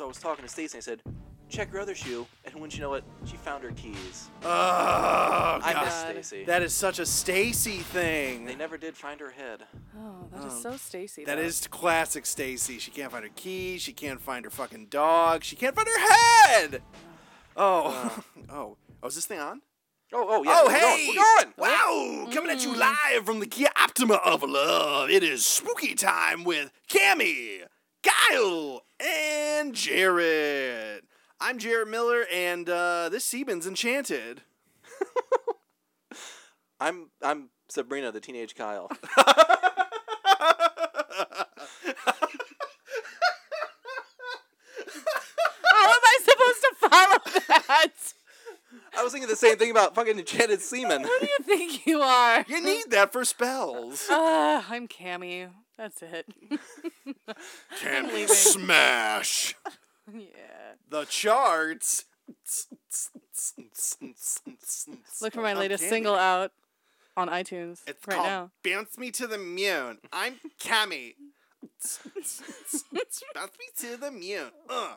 I was talking to Stacy. I said, "Check your other shoe," and wouldn't you know it, she found her keys. Oh, God. I miss God. Stacy. that is such a Stacy They thing. never did find her head. Oh, that is Um, so Stacy. That though. is classic Stacy. She can't find her keys. She can't find her fucking dog. She can't find her head. Oh, oh, oh, is this thing on? Oh, oh Uh. yeah. oh, we're hey! going, we're going. Mm. Wow! Coming at you live from the Kia Optima of Love. It is spooky time with Cammy, Kyle, and Jared. I'm Jared Miller, and uh, this Seaman's enchanted. I'm I'm Sabrina, the teenage Kyle. How am I supposed to follow that? I was thinking the same thing about fucking enchanted semen. Who do you think you are? You need that for spells. Uh, I'm Cammy. That's it. Cammy, leaving. smash yeah. the charts. Look for my I'm latest Cammy. single out on iTunes It's right called now. Bounce Me to the Moon. I'm Cammy. Bounce me to the moon. Uh.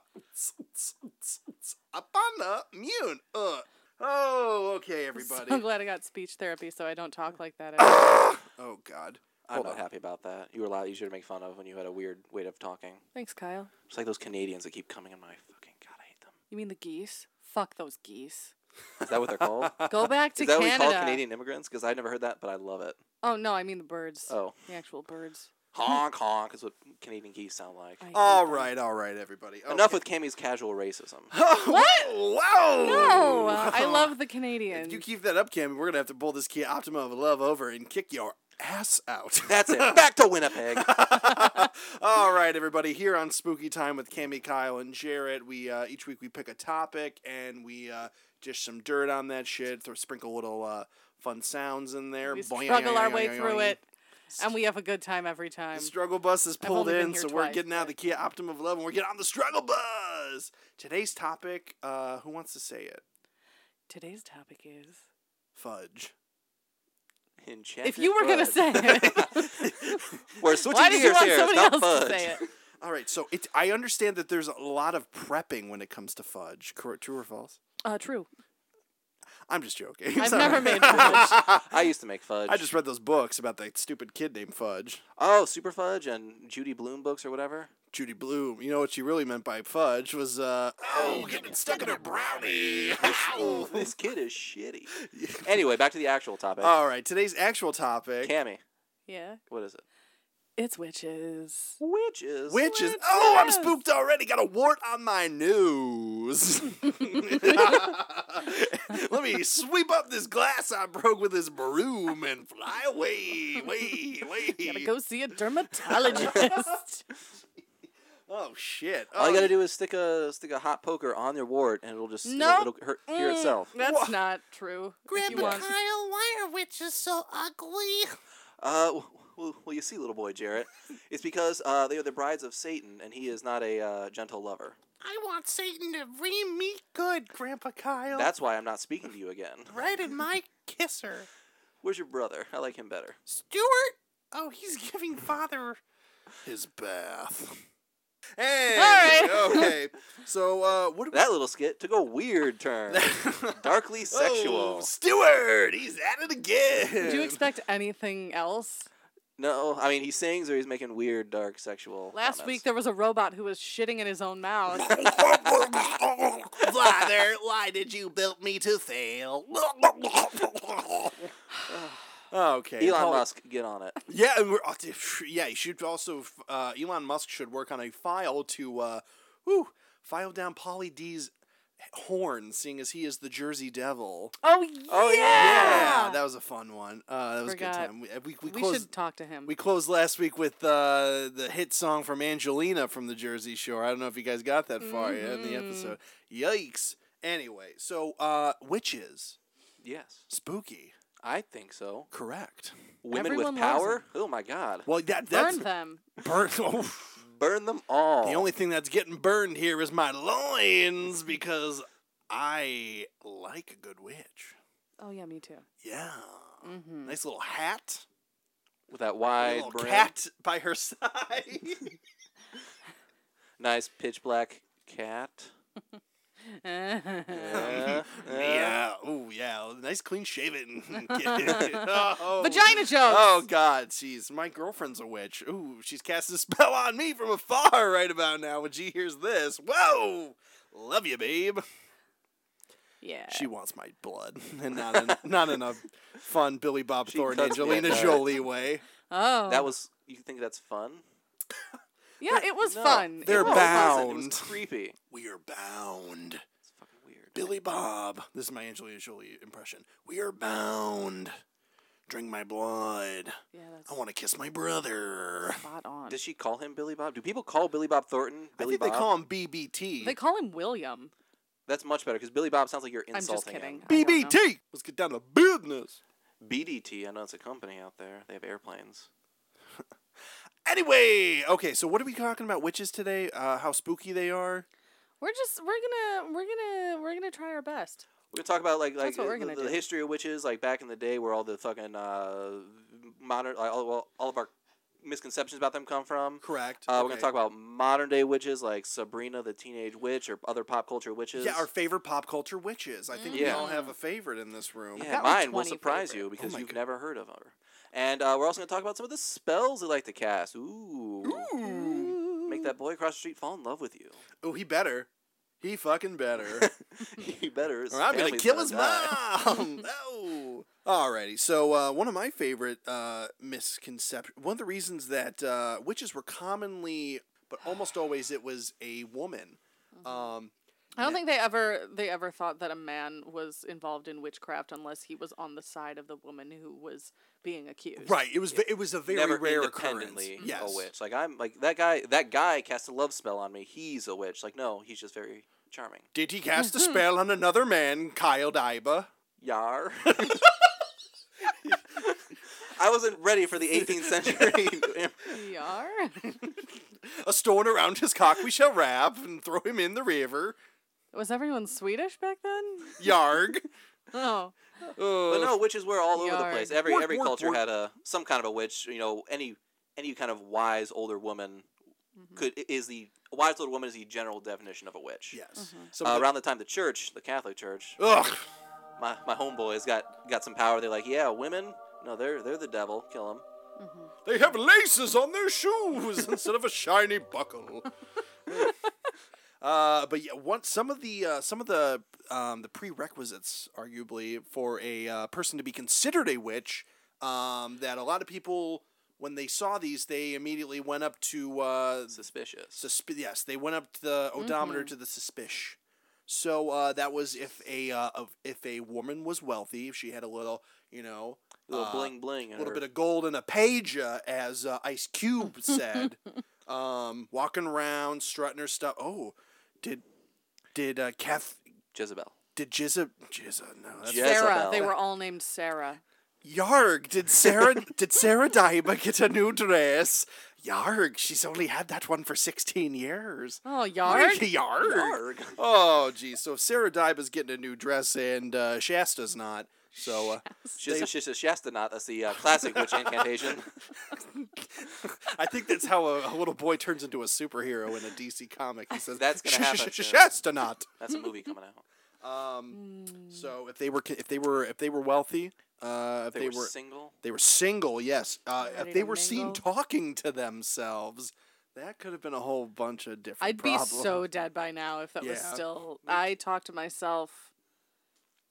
Up on the moon. Uh. Oh, okay, everybody. I'm glad I got speech therapy so I don't talk like that. Anymore. Oh, God. I'm Hold not on. happy about that. You were a lot easier to make fun of when you had a weird way of talking. Thanks, Kyle. It's like those Canadians that keep coming in my fucking god, I hate them. You mean the geese? Fuck those geese. Is that what they're called? Go back to Is that Canada. what we call Canadian immigrants? Because I never heard that, but I love it. Oh no, I mean the birds. Oh, The actual birds. honk honk is what Canadian geese sound like. I hate All them. right, all right, everybody. Enough with Cammy's casual racism. what? Whoa! No, uh, I love the Canadians. If you keep that up, Cammy, we're going to have to pull this Kia Optima of Love over and kick your ass out. That's it. Back to Winnipeg. All right, everybody. Here on Spooky Time with Cammy, Kyle, and Jarrett, we uh, each week we pick a topic and we uh, dish some dirt on that shit. Throw sprinkle little uh, fun sounds in there. we Boing, struggle our boing, way boing, through boing. it, and we have a good time every time. The struggle bus is pulled only been in, here so we're twice, getting out of the but- Kia Optima of Love and we're getting on the struggle bus. Today's topic. Uh, who wants to say it? Today's topic is. Fudge. Enchanted If you were gonna fudge. say it, we're switching why did you gears want here. It's somebody not else fudge. to say it? All right, so it, I understand that there's a lot of prepping when it comes to fudge. Cor- True or false? Uh, true. I'm just joking. I've Sorry. never made fudge. I used to make fudge. I just read those books about that stupid kid named Fudge. oh super fudge and Judy Bloom books or whatever. Judy Bloom. You know what she really meant by fudge was uh Oh, getting stuck in a brownie. Oh. this kid is shitty. Anyway, back to the actual topic. All right, today's actual topic Cammy, Yeah, what is it? it's witches. Witches. witches. Oh, I'm Yes. spooked already. Got a wart on my nose. Let me sweep up this glass I broke with this broom and fly away. Wait, Gotta wait. go see a dermatologist. Oh shit. All you Oh, gotta do is stick a stick a hot poker on your wart, and it'll just it'll- Nope. it'll, hurt hear itself. Mm, Wha- That's not true. if you want. why are witches so ugly? Uh, w- w- well, you see, little boy Jarrett, it's because uh, they are the brides of Satan, and he is not a uh, gentle lover. Oh, I want Satan to ream me good, Grandpa Kyle. That's why I'm not speaking to you again. right in my kisser. Where's your brother? I like him better. Stuart? Oh, he's giving father his bath. Hey! All right. okay. So, uh, what That little skit took a weird turn, darkly Oh, sexual. Stuart! He's at it again! Do you expect anything else? No, I mean he sings or he's making weird, dark, sexual. Last week comments. there was a robot who was shitting in his own mouth. Father, why did you build me to fail? okay. Elon Paul- Musk, get on it. Yeah, and we're, oh, dude, yeah. You should also uh, Elon Musk should work on a file to uh, whew, file down Polly D's horn, seeing as he is the Jersey Devil. oh yeah. Oh, yeah. that was a fun one. Uh, that was Forgot. a good time. We we, Ah. we we closed should talk to him. we closed last week with uh, the hit song from Angelina from the Jersey Shore. I don't know if you guys got that far yet in the episode. Yikes. Anyway, so uh, witches, Yes, spooky, I think so. correct. Women Everyone with loves power. Oh my God, Well, that that's Burn them. burn. oh. burn them all. The only thing that's getting burned here is my loins because I like a good witch. Oh yeah, me too. Yeah. hmm Nice little hat. with that a wide little brim, cat by her side. nice pitch black cat. Vagina Yeah, yeah. Yeah. Oh, yeah. Nice clean shaven. oh. jokes. Oh God, jeez, my girlfriend's a witch. Ooh, she's cast a spell on me from afar right about now. When she hears this, whoa, love you, babe. yeah. She wants my blood, and not in, not in a fun Billy Bob Thornton, does get Angelina that. Jolie way. oh. That was. You think that's fun? Yeah, it was No, fun. It they're No, it was wasn't. It bound. was creepy. We are bound, It's fucking weird. Billy Bob. This is my Angelina Jolie impression. We are bound. Drink my blood. Yeah, that's I want to kiss my brother. spot on. Did she call him Billy Bob? Do people call Billy Bob Thornton Billy I think Bob? they call him BBT. They call him William. That's much better because Billy Bob sounds like you're I'm just insulting kidding. him. I don't know. BBT. Let's get down to business. BDT. I know it's a company out there. They have airplanes. Anyway, okay, so what are we talking about witches today? Uh, how spooky they are? We're just we're gonna we're gonna we're gonna try our best. We're gonna talk about like like That's what we're the, gonna the do. history of witches, like back in the day, where all the fucking uh, modern like, all, well, all of our misconceptions about them come from. Correct. Uh, We're gonna talk about modern day witches, like Sabrina the Teenage Witch, or other pop culture witches. yeah, our favorite pop culture witches. I think we Yeah. all have a favorite in this room. Yeah, got, like, mine will 20 surprise favorite. you because Oh my you've God. never heard of her. And uh, we're also gonna talk about some of the spells they like to cast. Ooh. Make that boy across the street fall in love with you. Oh, he better. He fucking better. you better. or I'm gonna family's kill his die. mom. no. Alrighty. So uh, one of my favorite uh, misconceptions. One of the reasons that uh, witches were commonly, but almost always, it was a woman. Mm-hmm. Um, I don't Yeah. think they ever they ever thought that a man was involved in witchcraft unless he was on the side of the woman who was being accused. right. It was. ve- It was a very never rare occurrence. independently Yes. a witch. Like I'm like that guy. That guy cast a love spell on me. He's a witch. Like no, he's just very charming. Did he cast a spell on another man, Kyle Diba? Yar. I wasn't ready for the 18th century. Yar. A stone around his cock we shall wrap and throw him in the river. was everyone Swedish back then? Yarg. Oh. but no, witches were all over the Yar. place. Every Work, every work, culture work. had a some kind of a witch. You know, any any kind of wise older woman Mm-hmm. Hmm. could is the a wise older woman is the general definition of a witch. Yes. Uh, Somebody- around the time the church, the Catholic Church, Ugh. my, my homeboys got got some power. They're like, yeah, women, no, they're they're the devil. Kill them. They have laces on their shoes instead of a shiny buckle. Uh, but yeah, one, some of the uh, some of the um, the prerequisites, arguably, for a uh, person to be considered a witch, um, that a lot of people, when they saw these, they immediately went up to uh, Suspicious. Susp- yes, they went up to the odometer to the suspish. So uh, that was if a uh, of- if a woman was wealthy, if she had a little, you know, little uh, bling bling. in a little her- bit of gold and a pager, as uh, Ice Cube said, um, walking around strutting her stuff. Oh, did did uh, Kath Jezebel. did Jizza Jizza no that's Je- Sarah. Jezebel. They were all named Sarah. Yarg, did Sarah did Sarah Diba get a new dress? Yarg, she's only had that one for sixteen years. Oh, Yar. Yarg. Yarg. Oh, geez. So if Sarah Diba's getting a new dress and uh, Shasta's not, so uh, She's, she's a Shasta knot. That's the uh, classic witch incantation. I think that's how a, a little boy turns into a superhero in a DC comic. He says, That's gonna "Sh- sh- happen sh- soon." Shasta not. That's a movie coming out. Um, Hmm. so if they were if they were if they were wealthy, uh, if They, they, were, were single. they were single, yes. Uh, Ready if they to were seen mingle. talking to themselves, that could have been a whole bunch of different. I'd be problems. so dead by now if that was Yeah. still. I talk to myself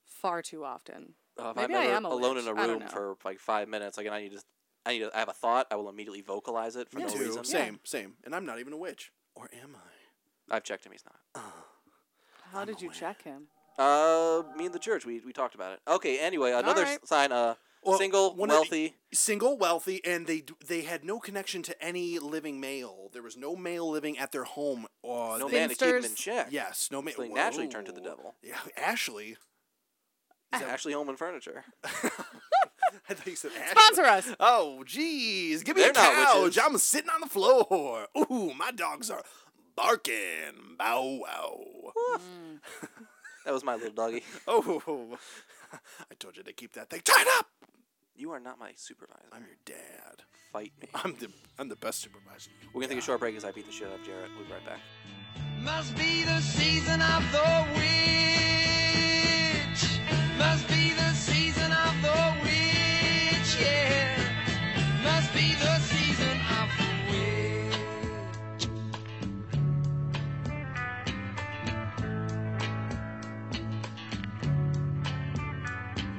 far too often. Uh, if Maybe I'm I ever am a alone in a witch. I don't room know. for like five minutes, like, and I need to, I need to, I have a thought. I will immediately vocalize it for Me no too. reason. Same, same. And I'm not even a witch, or am I? Uh, I've checked him. He's not. How did you check him? Uh, me and the church. We we talked about it. Okay. Anyway, another right. s- sign. Uh, Well, single, one of the- wealthy. single, wealthy, and they d- they had no connection to any living male. There was no male living at their home. Uh, no they- man to keep him in Spinsters. check. Yes, no male. So they naturally turned to the devil. Yeah, Ashley. He's actually home and furniture. I think said Ashley. Sponsor us. Oh, jeez, give me They're a not couch. witches. I'm sitting on the floor. Ooh, my dogs are barking. Bow wow. Mm. That was my little doggy. Oh, I told you to keep that thing tied up. You are not my supervisor. I'm your dad. Fight me. I'm the I'm the best supervisor. We're gonna take a short break because I beat the shit out of Jarrett. We'll be right back. Must be the season of the witch. Must be the season of the witch, yeah. Must be the season of the witch.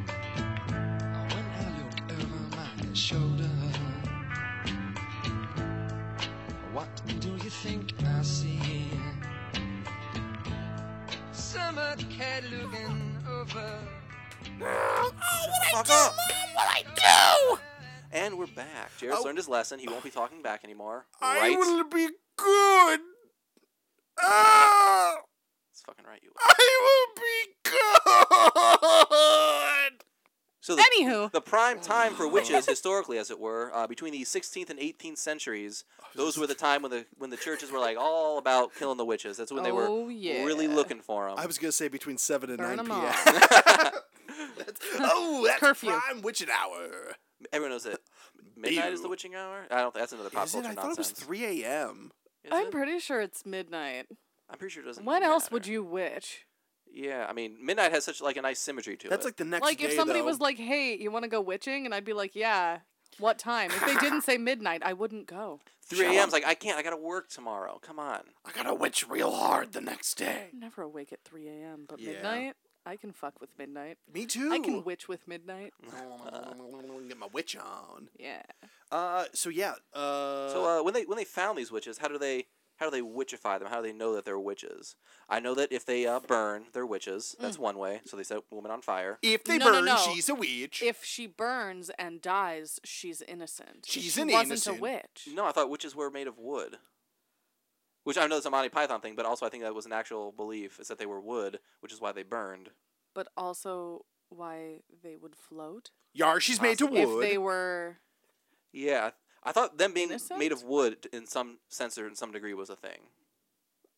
When I look over my shoulder, what do you think I see? Some odd cat looking over. Oh, Fuck up. And we're back. Jared's Oh. learned his lesson. He won't be talking back anymore. I right? will be good. Ah, That's fucking right. You. Will. I will be good. So the, Anywho, the prime time for witches, historically, as it were, uh, between the 16th and 18th centuries, those were the time when the when the churches were like all about killing the witches. That's when they were Oh, yeah. really looking for I them. was gonna say between seven and Burn nine 'em p.m. all. That's- oh, that's Curfew. prime witching hour. Everyone knows that midnight is the Ew. witching hour. I don't. think That's another pop Is it? culture I thought it nonsense. was three a.m. Is I'm it? pretty sure it's midnight. I'm pretty sure it doesn't. When else would matter. you witch? Yeah, I mean, midnight has such like a nice symmetry to That's it. like the next. like if day, somebody though. was like, "Hey, you want to go witching?" and I'd be like, "Yeah." What time? If they didn't say midnight, I wouldn't go. three a.m. 's like I can't. I gotta work tomorrow. Come on. I gotta witch real hard the next day. I'm never awake at 3 a.m., but Yeah. midnight, I can fuck with midnight. Me too. I can witch with midnight. Mm. Get my witch on. Yeah. Uh, so yeah. Uh, So uh, when they when they found these witches, how do they how do they witchify them? How do they know that they're witches? I know that if they uh, burn, they're witches. That's one way. So they set a woman on fire. if they No, no, burn, no. she's a witch. If she burns and dies, she's innocent. She's she an wasn't innocent. a witch. No, I thought witches were made of wood. Which I know it's a Monty Python thing, but also I think that was an actual belief is that they were wood, which is why they burned. But also why they would float Yar, she's made to if wood. they were Yeah, I- I thought them being made of Innocent? wood in some sense or in some degree was a thing.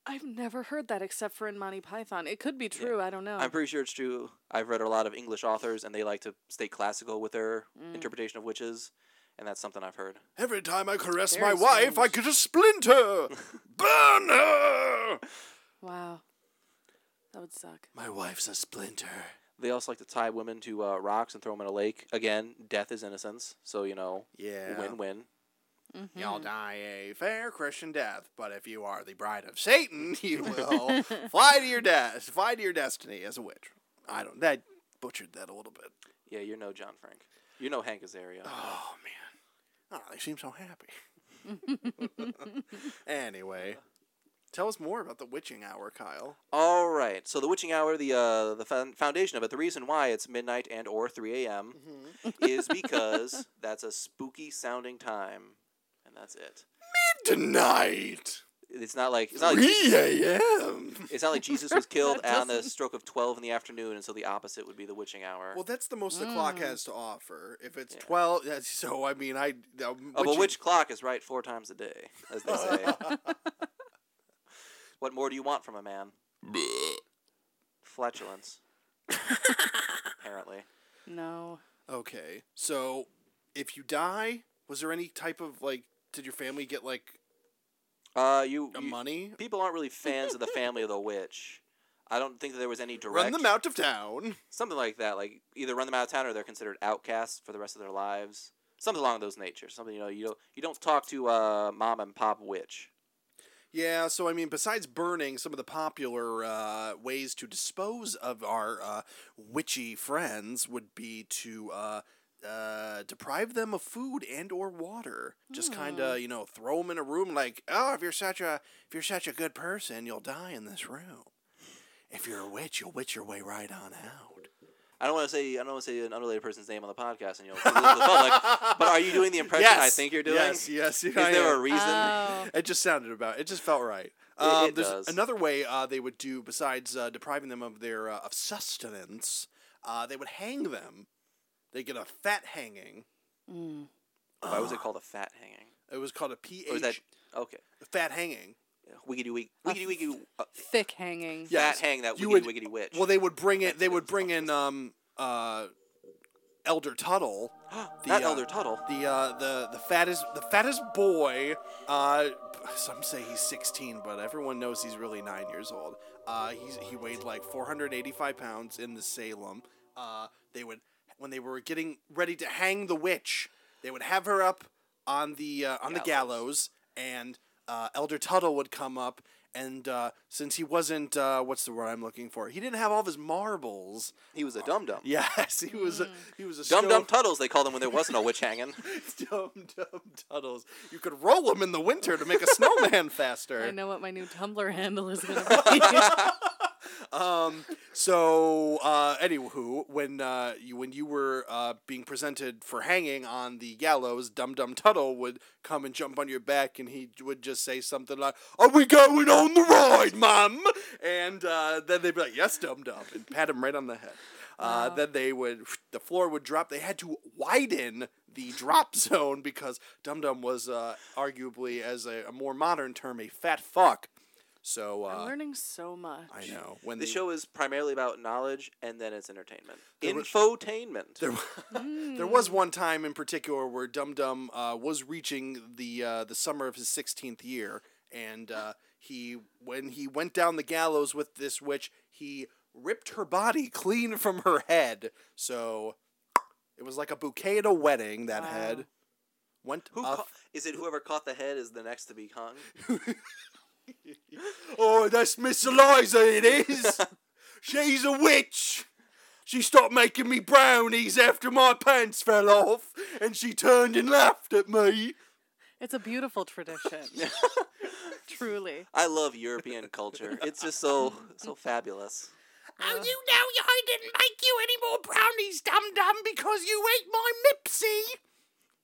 I've never heard that except for in Monty Python. It could be true, I don't know. I'm pretty sure it's true. I've read a lot of English authors, and they like to stay classical with their interpretation of witches, and that's something I've heard. Every time I caress Very my wife, I strange. get a splinter. burn her. wow. That would suck. My wife's a splinter. They also like to tie women to uh, rocks and throw them in a lake. Again, death is innocence, so you know, Yeah. win-win. Mm-hmm. Hmm. Y'all die a fair Christian death, but if you are the bride of Satan, you will fly to your death, fly to your destiny as a witch. I don't. That butchered that a little bit. Yeah, you're no John Frank. You're no Hank Azaria. Oh man, oh, they seem so happy. anyway, tell us more about the witching hour, Kyle. All right. So the witching hour, the uh, the fo- foundation of it, the reason why it's midnight and or 3 a.m. is because that's a spooky sounding time, and that's it. Tonight, It's not like it's not like three a.m. It's not like Jesus was killed That on the stroke of 12 in the afternoon, and so the opposite would be the witching hour. Well, that's the most the clock has to offer. If it's Mm. Yeah. twelve, that's- so I mean, I. Uh, oh, but which clock is right four times a day, as they say. what more do you want from a man? Flatulence. Apparently. No. Okay, so if you die, was there any type of like? Did your family get like Uh, you, a you- money? People aren't really fans of the family of the witch. I don't think that there was any direct Run them out of town. something like that. Like either run them out of town or they're considered outcasts for the rest of their lives. Something along those nature. Something you know you don't you don't talk to uh mom and pop witch. Yeah, so I mean, besides burning, some of the popular uh, ways to dispose of our uh, witchy friends would be to uh, uh, deprive them of food and or water. Just kind of you know throw them in a room like, oh, if you're such a if you're such a good person, you'll die in this room. If you're a witch, you'll witch your way right on out. I don't want to say I don't want to say an unrelated person's name on the podcast and you know the public, but are you doing the impression I think you're doing? Yes, yes, Is there a reason? Oh. It just sounded about. It just felt right. Um, it there's does. another way uh, they would do besides uh, depriving them of their uh, of sustenance. Uh, they would hang them. They get a fat hanging. Mm. Why was it called a fat hanging? It was called a Or Oh, is that ph okay? fat hanging. Wiggity wig, wiggity wiggity, uh, Thick hanging. Yes. fat hang that You wiggity would- wiggity witch. Well, they would bring it. think They it would was bring in um uh, Elder Tuttle. not uh, Elder Tuttle. the uh, the the fattest the fattest boy uh, some say he's 16, but everyone knows he's really nine years old. Uh, he's, he weighed like 485 pounds in the Salem. Uh, they would when they were getting ready to hang the witch, they would have her up on the uh, on the gallows, and uh, Elder Tuttle would come up. And uh, since he wasn't, uh, what's the word I'm looking for? He didn't have all of his marbles. He was a dum dum. Yes, he was. A, he was a Dum dum stone- Tuttles, they called him when there wasn't a witch hanging. Dum dum tunnels. You could roll them in the winter to make a snowman faster. I know what my new Tumblr handle is going to Um. So, uh, anywho, when uh, you when you were uh, being presented for hanging on the gallows, Dum Dum Tuttle would come and jump on your back, and he would just say something like, "Are we going on the ride, Mum?" And uh, then they'd be like, "Yes, Dum Dum," and pat him right on the head. Uh, Then they would, the floor would drop. They had to widen the drop zone because Dum Dum was uh, arguably, as a, a more modern term, a fat fuck. So be. I'm uh, learning so much. I know when The the- show is primarily about knowledge and then it's entertainment. There was- Infotainment. There, there was one time in particular where Dum Dum uh, was reaching the uh, the summer of his sixteenth year, and uh, he when he went down the gallows with this witch, he ripped her body clean from her head. So it was like a bouquet at a wedding. That Wow. head went Who up. ca- is it? Whoever caught the head is the next to be hung. Oh, that's Miss Eliza, it is. She's a witch. She stopped making me brownies after my pants fell off, and she turned and laughed at me. It's a beautiful tradition. Truly. I love European culture. It's just so so fabulous. Oh, you know I didn't make you any more brownies, dum dum, because you ate my Mipsy,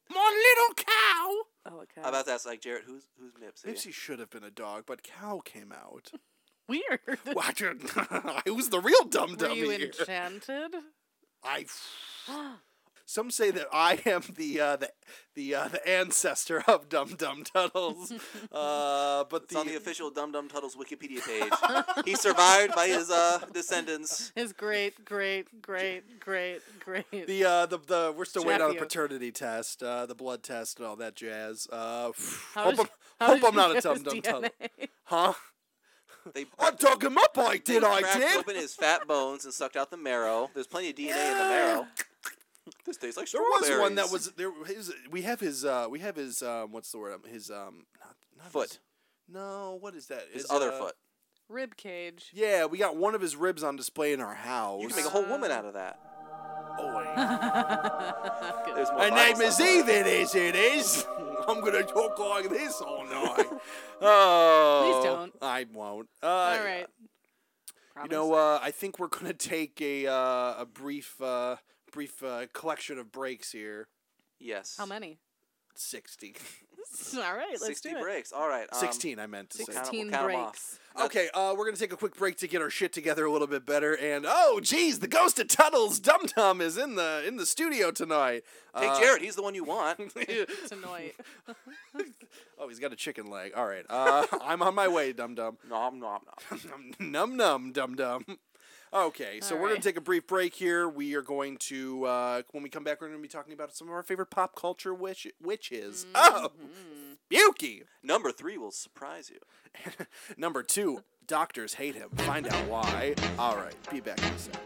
my little cow. Oh, okay. I'm about to ask like Jarrett, who's who's Mipsy? Mipsy should have been a dog, but cow came out. Weird. Why did- I was the real dum Were dum you here. enchanted? I. Some say that I am the uh, the the uh, the ancestor of Dum Dum Tuttles, uh, but It's on the the, official Dum Dum Tuttles Wikipedia page. he survived by his uh, descendants. Is great, great, great, great, great. the, uh, the the we're still waiting on a Jaffio. paternity test, uh, the blood test, and all that jazz. Uh, How hope does- I'm, how hope did I'm you not a get Dum his Dum Tuttle, DNA? huh? They I dug him up. I did. I cracked did. open his fat bones and sucked out the marrow. There's plenty of DNA in the marrow. This tastes like There was strawberries. one that was there. His, we have his. Uh, we have his. Um, what's the word? Um, His um, not, not his- Foot. no, what is that? his His, other uh, foot. Rib cage. Yeah, we got one of his ribs on display in our house. You can make a whole woman out of that. Oh, Good. There's more My Bible name is stuff. Eve, it is, it is. I'm going to talk like this all night. oh. don't. I won't. Uh, All right. You Promise. know, uh, I think we're going to take a, uh, a brief, uh, brief uh, collection of breaks here. Yes. How many? 60. All right, let's Sixty do it. breaks. All right. Um, 16, I meant to say. count 'em- 16 count 'em off. breaks. Okay, uh, we're gonna take a quick break to get our shit together a little bit better. And oh, geez, the ghost of Tuttles Dum Dum is in the in the studio tonight. Take Uh, Jared. He's the one you want. It's annoying. oh, he's got a chicken leg. All right, uh, I'm on my way, Dum Dum. nom nom nom. num num dum dum. Okay, so All we're gonna right. take a brief break here. We are going to uh, when we come back, we're gonna be talking about some of our favorite pop culture witch witches. Oh, Yuki. Number three will surprise you. Number two, doctors hate him. Find out why. All right, be back in a second.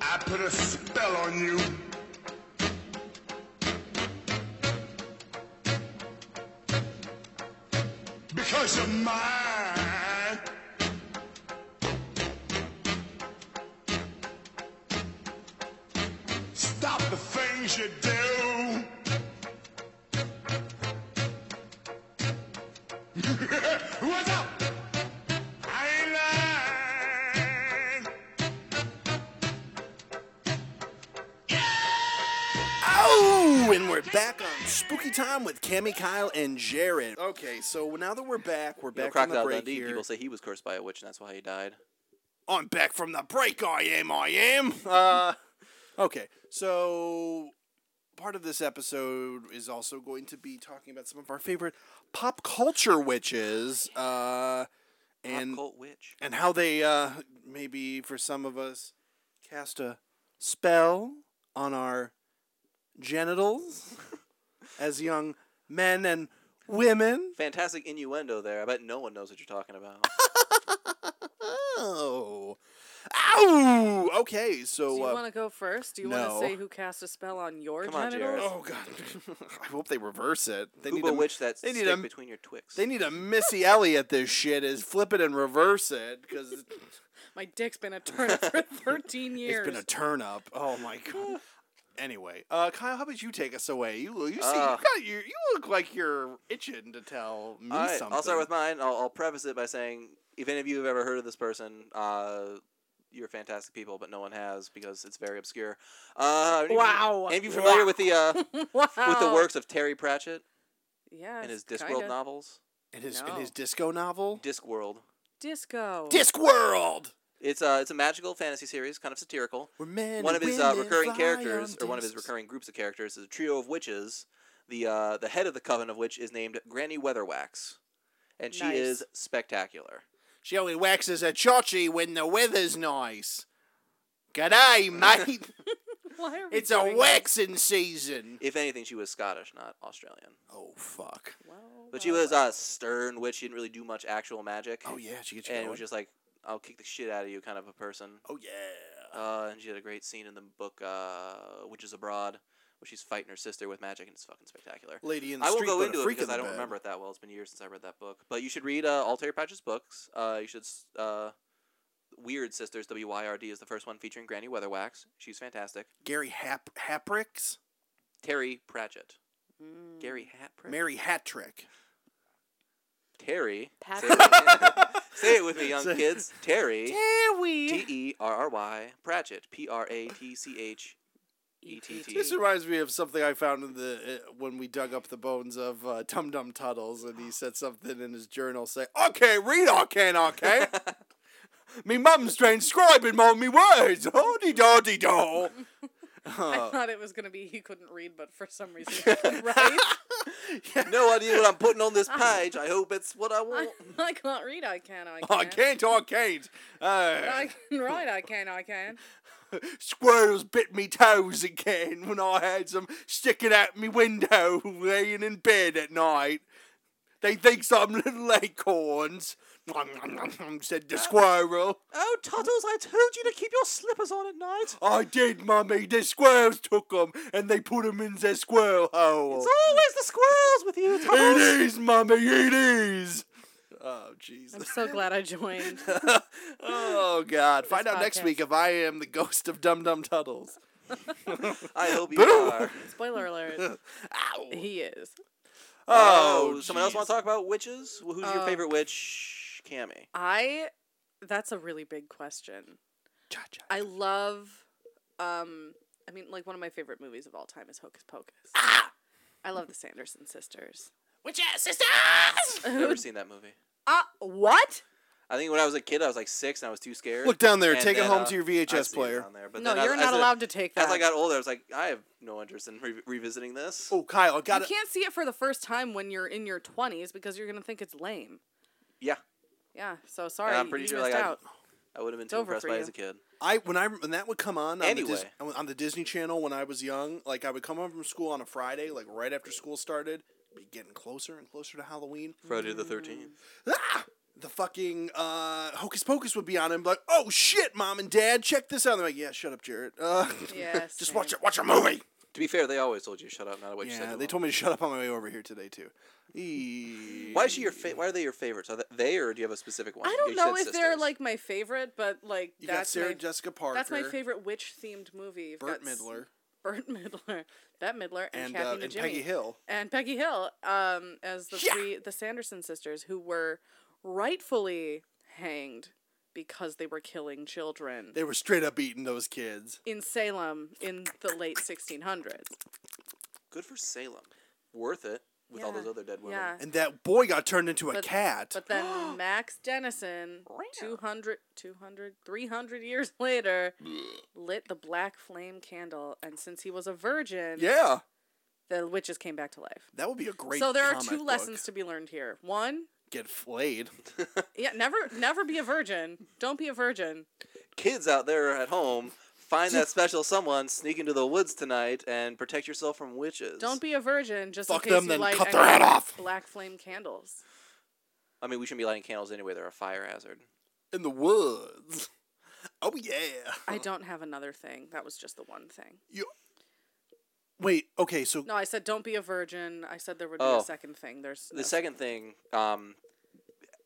I put a spell on you. Because you're mine. Stop the things you do. What's up? I ain't lying. Oh, and we're back on Spooky Time with Cammy, Kyle, and Jared. Okay, so now that we're back, we're You know, back from the Crocodile break Dundee. here. People say he was cursed by a witch, and that's why he died. I'm back from the break. I am. I am. Uh, okay, so part of this episode is also going to be talking about some of our favorite pop culture witches, uh, And and cult witch. and how they uh, maybe for some of us cast a spell on our genitals as young men and women. Fantastic innuendo there. I bet no one knows what you're talking about. Oh. Ow! Okay, so. Do you uh, want to go first? Do you want no. to say who cast a spell on your Come on, genitals? Jared. oh, God. I hope they reverse it. They Who need to bewitched that they stick need a- between your twix? They need a Missy Elliott this shit is flip it and reverse it because My dick's been a turnip for 13 years. it's been a turn up. Oh my god. Anyway, uh, Kyle, how about you take us away? You you see, Uh, you, got, you you look like you're itching to tell me All right, something. I'll start with mine. I'll, I'll preface it by saying, if any of you have ever heard of this person, uh, you're fantastic people, but no one has because it's very obscure. Uh, any of you- Wow. Any of you familiar with the uh, wow. with the works of Terry Pratchett Yeah. and his Discworld kinda. novels? in his in No. his disco novel, Discworld. Disco. Discworld. It's uh, it's a magical fantasy series, kind of satirical. Where men one of and his uh, women recurring fly characters, on or one of his discs. recurring groups of characters, is a trio of witches. The uh, the head of the coven of which is named Granny Weatherwax, and she Nice. is spectacular. She only waxes a chochi when the weather's nice. G'day, mate. Why are we it's a doing waxing season. If anything, she was Scottish, not Australian. Oh fuck. this? Well, But she well, was uh, a stern witch. She didn't really do much actual magic. uh Oh yeah, she gets you And it going. was just like, I'll kick the shit out of you kind of a person. Oh yeah. Uh, and she had a great scene in the book, uh, Witches Abroad, where she's fighting her sister with magic, and it's fucking spectacular. Lady in the I won't street, go but a into it freak because in the I don't bed. remember it that well. It's been years since I read that book. But you should read uh, Altair Patch's books. Uh, you should. s- Uh, Weird Sisters, W Y R D, is the first one featuring Granny Weatherwax. She's fantastic. Gary Hap Hapricks, Terry Pratchett. mm, Gary Hatprick? Mary Hattrick. Terry. Say Patrick. it, say it with me, young Say- kids. Terry. T Terry. E R R Y Pratchett. P R A T C H. E ETT. This reminds me of something I found in the uh, when we dug up the bones of uh, Tum Tum Tuttles, and he said something in his journal saying, "Okay, read, I can, I can." me mum's transcribing all me words. Oh, dee da dee da. I thought it was going to be he couldn't read, but for some reason, he could right? No idea what I'm putting on this page. I hope it's what I want. I, I can't read, I can, I can. I can't, I can't. Uh, I can write, I can, I can. squirrels bit me toes again when I had them sticking out me window laying in bed at night. They thinks I'm little acorns, Nom, nom, nom, nom, said the squirrel. Uh, Oh, Tuttles, I told you to keep your slippers on at night. I did, mummy. The squirrels took 'em and they put 'em in their squirrel hole. It's always the squirrels with you, It Tuttles. is, mummy, it is. Oh, I'm Jesus. so glad I joined. oh, God. Find out next podcast. week if I am the ghost of Dum Dum Tuttles. I hope you Boo. are. Spoiler alert, Ow. he is. Oh, someone else jeez. want to talk about witches? Who's your Oh. favorite witch? Cammy. I, that's a really big question. Cha, cha. I love, um, I mean, like one of my favorite movies of all time is Hocus Pocus. Ah! I love the Sanderson sisters. Witch sisters! Never seen that movie. Uh, what? I think when I was a kid, I was like six and I was too scared. Look down there. And Take it then, home uh, to your I VHS see it player. down there, but no, then I- you're as not it- allowed to take that. As I got older, I was like, I have no interest in re- revisiting this. Oh, Kyle, I you got it. can't see it for the first time when you're in your 20s because you're going to think it's lame. Yeah, Yeah, so sorry. I'm pretty you sure, missed like, I- out. I would have been too over impressed for by it you. as a kid. I when I when that would come on on, the Dis- Anyway. on- on the Disney Channel when I was young, like I would come home from school on a Friday, like right after school started, be getting closer and closer to Halloween. Friday the 13th. Mm. Ah! The fucking uh, Hocus Pocus would be on and be like, "Oh shit, mom and dad, check this out." And they're like, "Yeah, shut up, Jared. Uh, Yes, just watch same. it. Watch a movie." To be fair, they always told you to shut up, not what you said. Yeah, they told me to shut up on my way over here today too. Eee. Why is she your fa- Why are they your favorites? Are they or do you have a specific one? I don't You know if said they're sisters. like my favorite, but like You got that's Sarah my, Jessica Parker. that's my favorite witch themed movie. You've Burt got s- Midler Burt Midler, Bette Midler, and, and, Kathy uh, and Najimy. Peggy Hill. and Peggy Hill um, as the Yeah. three the Sanderson sisters who were rightfully hanged because they were killing children They were straight up eating those kids. in Salem in the late 1600s. Good for Salem. Worth it with all Yeah. those other dead women. Yeah. And that boy got turned into a But- cat. But then Max Dennison 200 200 300 years later lit the black flame candle and since he was a virgin yeah, the witches came back to life. that would be a great. so there are comic two book. lessons to be learned here. One, Get flayed. yeah, never never be a virgin. Don't be a virgin. Kids out there at home, Find that special someone, sneak into the woods tonight, and protect yourself from witches. Don't be a virgin just Fuck in case them, you then light cut any their head off. black flame candles. I mean, we shouldn't be lighting candles anyway. They're a fire hazard. in the woods. Oh yeah. I don't have another thing. That was just the one thing. You. Wait. Okay. So No, I said don't be a virgin. I said there would be Oh. a second thing. There's The no- second thing, um,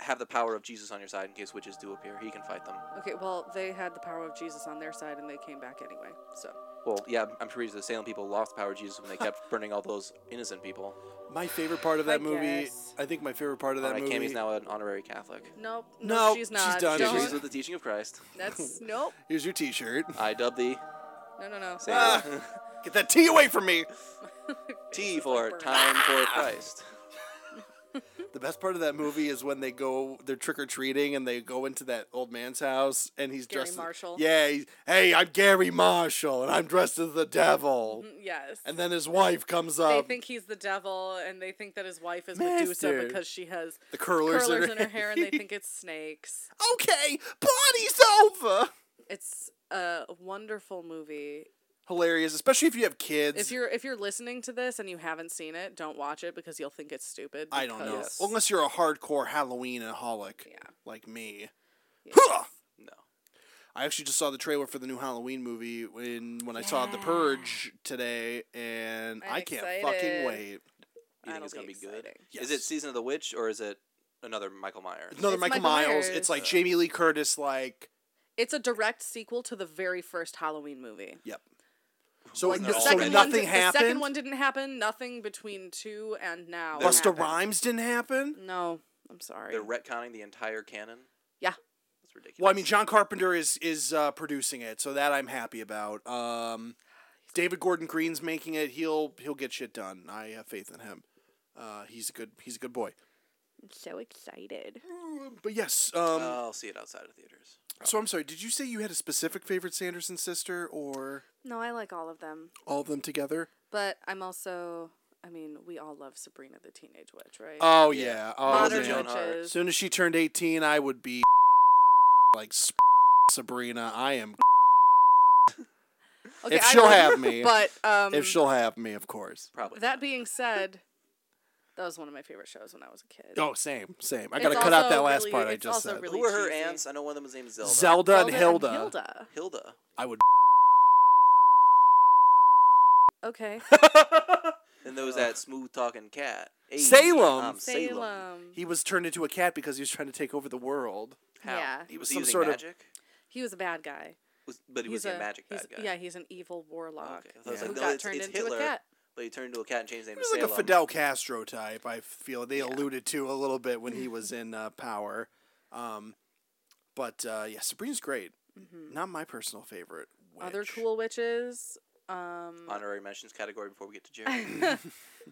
have the power of Jesus on your side in case witches do appear. He can fight them. Okay, well, they had the power of Jesus on their side and they came back anyway. So, Well, yeah, I'm pretty sure the Salem people lost the power of Jesus when they kept burning all those innocent people. my favorite part of that I movie. guess. I think my favorite part of that Alright, movie. Cammy's now an honorary Catholic. nope. No, No, she's she's not. done. She Don't. agrees with the teaching of Christ. That's nope. Here's your T-shirt. I dub thee No, no, Um, no. Salem. Ah. Get that tea away from me. T for time for Christ. The best part of that movie is when they go, they're trick or treating, and they go into that old man's house, and he's Gary dressed. Marshall. Yeah. He's, hey, I'm Gary Marshall, and I'm dressed as the Mm-hmm. devil. Yes. And then his wife comes they up. think he's the devil and they think that his wife is Master. Medusa because she has the curlers, curlers, in her hair and they think it's snakes. okay, party's over. It's a wonderful movie. Hilarious, especially if you have kids. If you're if you're listening to this and you haven't seen it, don't watch it because you'll think it's stupid. I don't know. because- Unless you're a hardcore Halloween aholic Yeah. like me. Yeah. Huh! No. I actually just saw the trailer for the new Halloween movie when when I saw The Purge today, and I'm I can not excited. fucking wait. You think That'll it's gonna be, good? exciting. Is it Yes. Season of the Witch or is it another Michael Myers? Another It's Michael, Michael Myers. Myers. It's like Jamie Lee Curtis. Like, It's a direct sequel to the very first Halloween movie. yep. So, Wasn't no, there so already- nothing one did- The happened. second one didn't happen. Nothing between two and now. Busta happened. Rhymes didn't happen. No, I'm sorry. They're retconning the entire canon. yeah, That's ridiculous. Well, I mean, John Carpenter is is uh, producing it, so that I'm happy about. Um, David Gordon Green's making it. He'll he'll get shit done. I have faith in him. Uh, he's a good he's a good boy. I'm so excited. But yes, um, I'll see it outside of theaters. so I'm sorry. Did you say you had a specific favorite Sanderson sister or No, I like all of them, all of them together? but I'm also. I mean, we all love Sabrina the Teenage Witch, right? Oh yeah. Oh, Modern man. yeah. Joan Hart. As witches. soon as she turned 18, I would be like sp- Sabrina. I am Okay, if I she'll love- have me. But um, if she'll have me, of course. Probably. that being said, that was one of my favorite shows when I was a kid. Oh, same, same. I It's gotta cut out also that last really- part I it's just also said. really Who were her cheesy. aunts? I know one of them was named Zelda. Zelda, and Hilda. Zelda and Hilda. Hilda. I would. Okay. And there was that smooth talking cat. Hey, Salem. I'm Salem. Salem. He was turned into a cat because he was trying to take over the world. How? Yeah. He was Some using sort of- magic. He was a bad guy. Was, but he was a, magic he's- bad guy. Yeah, he's an evil Okay. warlock I was Yeah. like, who no, got it's, turned it's into Hitler, a cat. but he turned into a cat and changed his name He to was like a Salem. Fidel Castro type. I feel they alluded to a little bit when he was in uh, power. Um, but uh, yeah, Sabrina's great. Not my personal favorite. Witch. Mm-hmm. Other cool witches. Um, Honorary mentions category before we get to Jerry.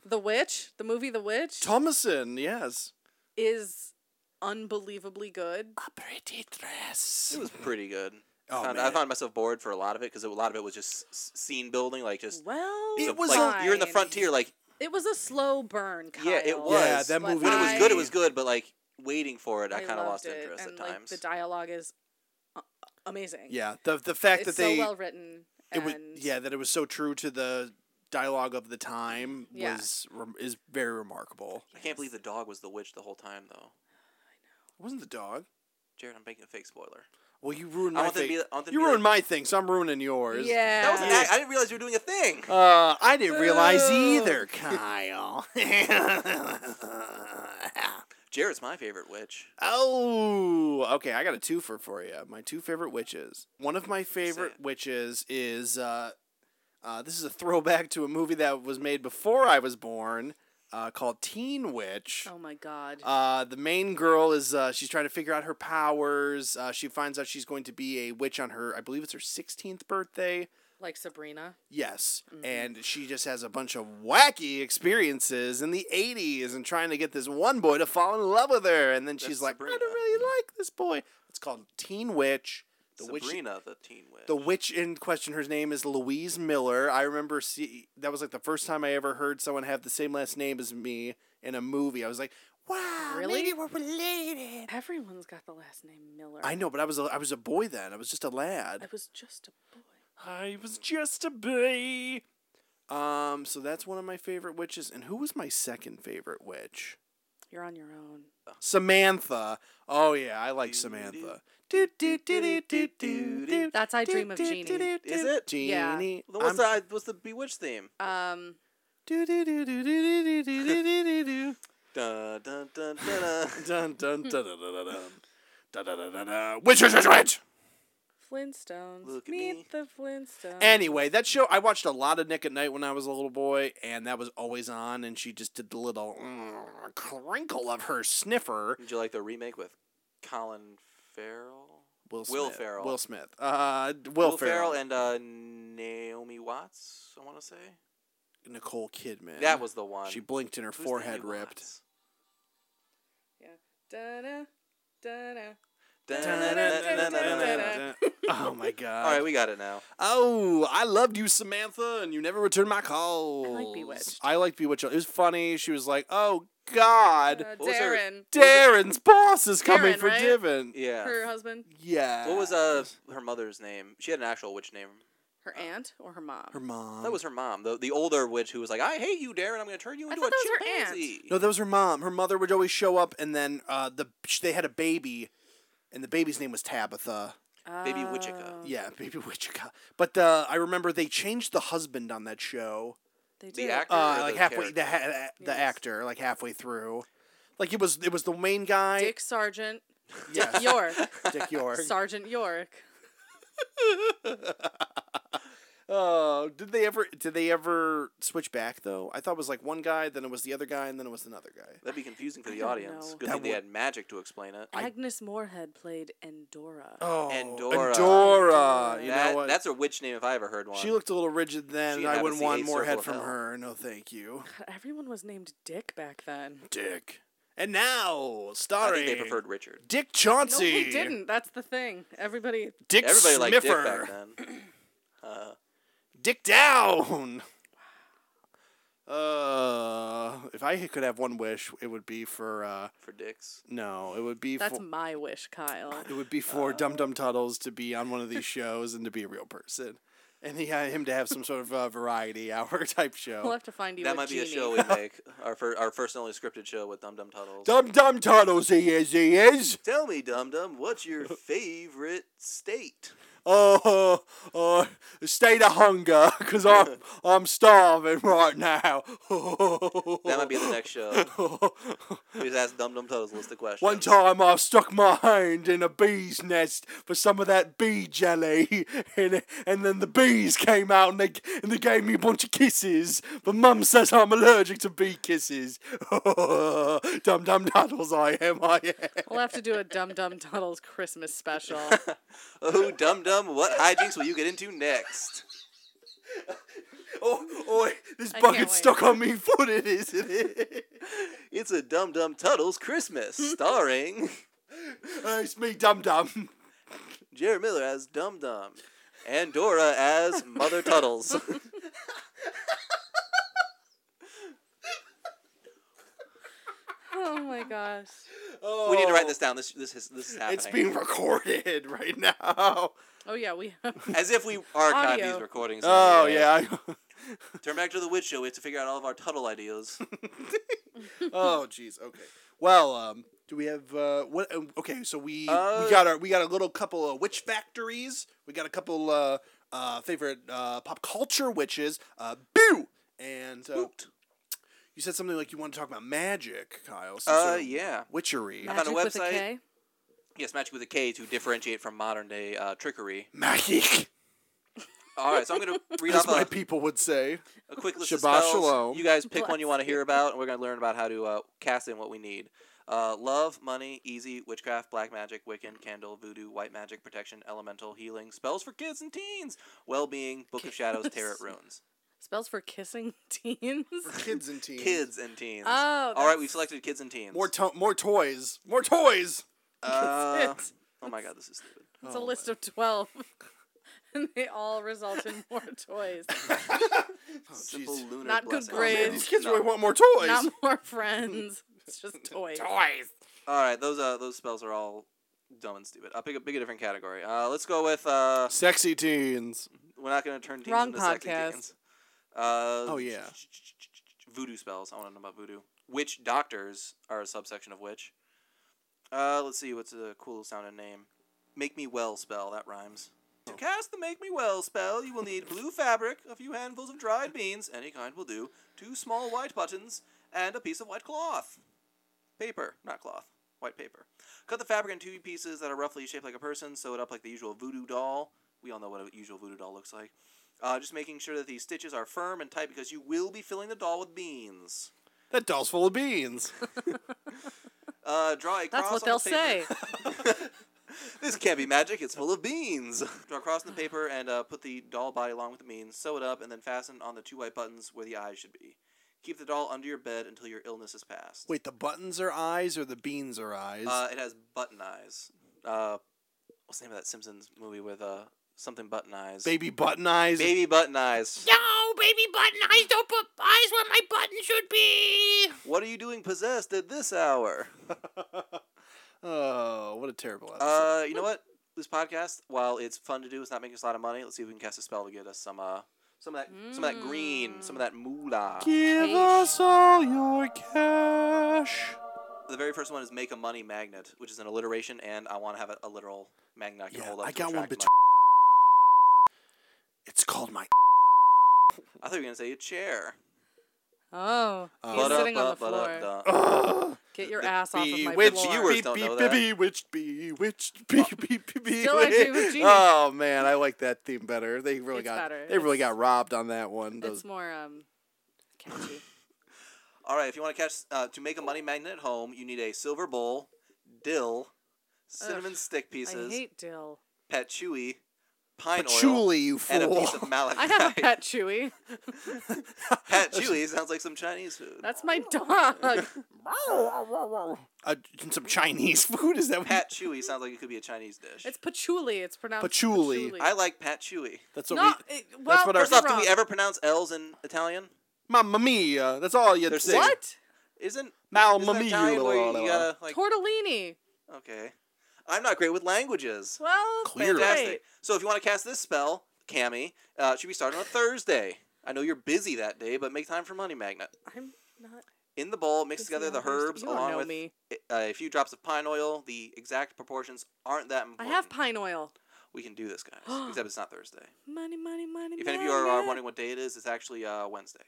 the Witch, the movie The Witch, Thomason, yes. is unbelievably good. A pretty dress. it was pretty good. Oh, I, found, I man. found myself bored for a lot of it because a lot of it was just s- scene building, like just. Well, It so, was like, you're in the fine. frontier, like It was a slow burn. Kyle. yeah, it was. Yeah, that But movie When it was good, it I- was good, but like waiting for it, I, I kind of loved lost it, interest and, at like, times. the dialogue is uh, amazing. yeah, the the fact it's that they so well written. it And was yeah that it was so true to the dialogue of the time Yeah. was rem- is very remarkable. I can't believe the dog was the witch the whole time, though. It wasn't the dog. Jared, I'm making a fake spoiler. Well, you ruined I my want them to thing. be- I want them to You be ruined like- my thing, so I'm ruining yours. yeah. That was an act. I didn't realize you were doing a thing. Uh, I didn't realize Oh. Boo. either, Kyle. Jared's my favorite witch. oh, okay. I got a twofer for you. My two favorite witches. One of my favorite it. witches is uh, uh, this is a throwback to a movie that was made before I was born, uh, called Teen Witch. oh my god. Uh, the main girl is uh, she's trying to figure out her powers. Uh, she finds out she's going to be a witch on her, I believe it's her 16th birthday. like Sabrina. Yes. Mm-hmm. And she just has a bunch of wacky experiences in the 80s and trying to get this one boy to fall in love with her. And then she's That's like, I Sabrina. don't really like this boy. It's called Teen Witch. The witch Sabrina, the teen witch. the witch in question, her name is Louise Miller. I remember see that was like the first time I ever heard someone have the same last name as me in a movie. I was like, wow, Really? maybe we're related. Everyone's got the last name Miller. I know, but I was a, I was a boy then. I was just a I lad. was just a boy. I was just a bee. Um, so that's one of my favorite witches. And who was my second favorite witch? You're on your own. Samantha. Oh yeah, I like Samantha. That's I Dream of Jeannie. Is it? Yeah. Jeannie. What's I'm- the what's the Bewitched theme? Um, Dun, Dun, dun, dun, dun, dun. dun, dun, dun, dun, dun, dun. Dun, dun, dun, dun, dun. Witch, witch, witch, witch. Flintstones. Look at Meet me. the Flintstones. Anyway, that show I watched a lot of Nick at Night when I was a little boy, and that was always on. And she just did the little mm, crinkle of her sniffer. Did you like the remake with Colin Farrell? Will Smith. Will Ferrell. Will Smith. Uh, Will, Ferrell. and uh, Naomi Watts, I want to say. Nicole Kidman. That was the one. She blinked and her Who's forehead Naomi ripped. Watts? Da-da, da-da. Dun-dun-dun-dun-dun-dun-dun. oh my god. All right, we got it now. Oh, I loved you, Samantha, and you never returned my calls. Bewitched. I liked Bewitched. It was funny. She was like, "Oh God, Uh, What was her- Darren. Darren's boss is coming Darren, for right? Divin." Yeah. Her husband. Yeah. What was uh her mother's name? She had an actual witch name. Her aunt or her mom? her mom? That was her mom, the the older witch who was like, "I hate you, Darren. I'm going to turn you I into thought a that was her aunt. chimpanzee." no, that was her mom. Her mother would always show up, and then uh, the sh- they had a baby, and the baby's name was Tabitha. Baby Wichika. Oh, Yeah, baby Wichita. But the, I remember they changed the husband on that show. They The did. actor- uh, or like the halfway the, character? ha- the Yes. actor like halfway through like it was it was the main guy Dick Sargent. yes, York. Dick York Sergeant York. oh did they ever did they ever switch back though I thought it was like one guy then it was the other guy and then it was another guy That'd be confusing for I the don't audience. know. Good That thing they would- had magic to explain it. Agnes Moorehead played Endora. oh Andorra. Uh, Andorra you That- know what That's a witch name if I ever heard one. she looked a little rigid then She and I had a wouldn't want CA more head circle from of hell. her no thank you God, everyone was named Dick back then. Dick and now I starring think they preferred Richard. Dick No, Chauncey they didn't. That's the thing. Everybody. Dick Everybody Sniffer liked Dick back then. Uh, Dick down. Uh, if I could have one wish, it would be for uh, for dicks. no, it would be That's Oh. for my wish, Kyle. it would be for Dum Dum Tuttles to be on one of these shows and to be a real person, and he, uh, him to have some sort of uh, variety hour type We'll show. have to find you. That a might be a genie. show we make. our, fir- our first and only scripted show with Dum Dum Tuttles. Dum Dum Tuttles, he is, he is. Tell me, Dum Dum, what's your favorite state? Oh, uh, state of hunger, cause I'm I'm starving right now. That might be the next show. next. We just ask Dum Dum Tuttles list of questions. One time I stuck my hand in a bee's nest for some of that bee jelly, and, and then the bees came out and they, and they gave me a bunch of kisses. But mum says I'm allergic to bee kisses. dum dum daddles, I am, I am. We'll have to do a Dum Dum Tuttles Christmas special. Oh, Dum Dum, what hijinks will you get into next? Oh, oh this I can't bucket wait. stuck on me foot, it is, isn't it? It's a Dum Dum Tuttles Christmas, starring Uh, it's me, dum dum. Jared Miller as Dum Dum and Dora as Mother Tuttles. oh my gosh. we need to write this down. This this is, this is happening. Oh. It's being recorded right now. Oh yeah, we have. As if we archive Audio. these recordings. Oh, later. yeah. I- Turn back to the witch show. We have to figure out all of our Tuttle ideas. oh jeez okay well um do we have uh what um, okay so we Uh, we got our we got a little couple of witch factories we got a couple uh uh favorite uh pop culture witches uh boo and uh, Spooked. you said something like you want to talk about magic kyle some Uh, sort of yeah. witchery found a Magic with website. K. Yes, magic with a K to differentiate from modern day uh, trickery. magic All right, so I'm going to read as off my a, people would say a quick list of Shabbat spells. shalom. You guys pick one Bless you want to hear about, and we're going to learn about how to uh, cast in what we need. Uh, love, money, easy, witchcraft, black magic, Wiccan, candle, voodoo, white magic, protection, elemental, healing, spells for kids and teens, well being, book of shadows, tarot runes. Spells for kissing teens. kids and teens Kids and teens. Oh, All right, that's- we've selected kids and teens. more to- more toys more toys Uh, That's it. oh my god, this is stupid. It's a list of 12. and they all result in more toys. Simple Oh, jeez. lunar Not good blessing. Oh, grades. Man, these kids No. really want more toys Not more friends. It's just toys. toys All right, those uh, those spells are all dumb and stupid. I'll pick a, pick a different category. Uh, let's go with uh, sexy teens We're not going to turn demons Wrong into sexy podcast. demons. Uh, Oh, yeah. Voodoo spells. I want to know about voodoo. Witch doctors are a subsection of witch. Uh, let's see what's the coolest sounding name. Make me well spell. That rhymes. Oh. To cast the make me well spell, you will need blue fabric, a few handfuls of dried beans, any kind will do, two small white buttons, and a piece of white cloth. Paper, not cloth. White paper. Cut the fabric in two pieces that are roughly shaped like a person, sew it up like the usual voodoo doll. We all know what a usual voodoo doll looks like. Uh, just making sure that these stitches are firm and tight because you will be filling the doll with beans. That doll's full of beans. Uh, draw a cross. That's what on they'll the paper. say. This can't be magic. It's full of beans. Draw a cross on the paper and uh, put the doll body along with the beans. Sew it up and then fasten on the two white buttons where the eyes should be. Keep the doll under your bed until your illness is past. Wait, the buttons are eyes or the beans are eyes? Uh, it has button eyes. Uh, what's the name of that Simpsons movie with uh something button eyes? Baby button eyes. Baby button eyes. No, baby button eyes don't put eyes where my button should be. What are you doing possessed at this hour? Oh, what a terrible episode. Uh, you know what? This podcast, while it's fun to do, it's not making us a lot of money. Let's see if we can cast a spell to get us some uh some of that some of that green, some of that moolah. Give us all your cash. The very first one is make a money magnet, which is an alliteration, and I want to have a, a literal magnet I can Yeah, hold up. I to got one attract between. It's called my. Money. I thought you were gonna say a chair. Oh, he's But, uh, sitting on the but, but, uh, floor. duh. Get your ass off of my Bewitched floor. you were- Viewers don't know that. Bewitched, bewitched, be- be- be- Still actually was bewitched. genius. Oh man, I like that theme better. They really It's got better. they really It's- got robbed on that one. Those- It's more um, catchy. All right, if you want to catch uh, to make a money magnet at home, you need a silver bowl, dill, cinnamon stick I pieces, hate dill. patchouli, pine oil, Patchouli, you and a fool. piece of malachite. I have a pet Chewy. patchouli sounds like some Chinese food. That's my dog. Uh, some Chinese food is that? What you- Patchouli sounds like it could be a Chinese dish. It's patchouli. It's pronounced Patchouli. I like patchouli. that's what no, we. it, well, what our- First you're off, do we wrong. ever pronounce L's in Italian? Mamma mia! That's all you There's say. What? Isn't Oh, Mamma isn't mia, Italian where la, la, you, la. you gotta like? Tortellini. Okay, I'm not great with languages. Well, Clearly. Fantastic. great. So if you want to cast this spell, Cammy, uh, it should be starting on Thursday. I know you're busy that day, but make time for Money Magnet. I'm not. In the bowl, mix together the not Thursday. herbs You don't along know with me. i- uh, a few drops of pine oil. The exact proportions aren't that I important. have pine oil. We can do this, guys. except it's not Thursday. Money, money, money. If any of you are, uh wondering what day it is, it's actually uh, Wednesday.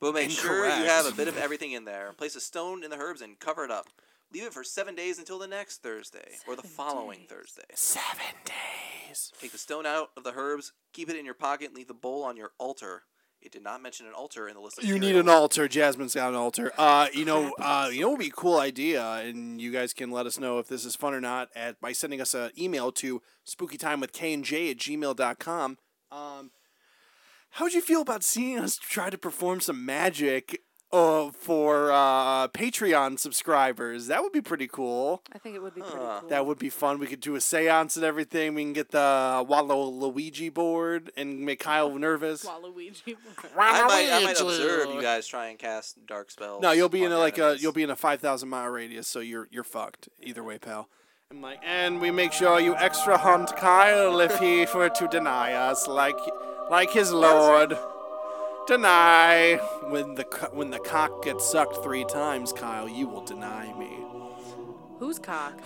But make sure you Incorrect. have a bit of everything in there. Place a stone in the herbs and cover it up. Leave it for seven days until the next Thursday or the following Thursday. Seven days. Take the stone out of the herbs, keep it in your pocket, and leave the bowl on your altar. It did not mention an altar in the list. Of You need materials. an altar. Jasmine's got an altar. Uh, you know, uh, you know, what would be a cool idea, and you guys can let us know if this is fun or not at by sending us an email to spookytimewithknj at gmail.com. Um, how would you feel about seeing us try to perform some magic uh, for uh, Patreon subscribers? That would be pretty cool. I think it would be pretty cool. That would be fun. We could do a seance and everything. We can get the Wallow Luigi board and make Kyle nervous. Waluigi. I might, I might observe you guys try and cast dark spells. No, you'll be on in a, your like a enemies. you'll be in a five thousand mile radius, so you're you're fucked either way, pal. And like, and we make sure you extra hunt Kyle if he were to deny us, like like his lord. Deny when the co- when the cock gets sucked three times, Kyle, you will deny me. Who's cock?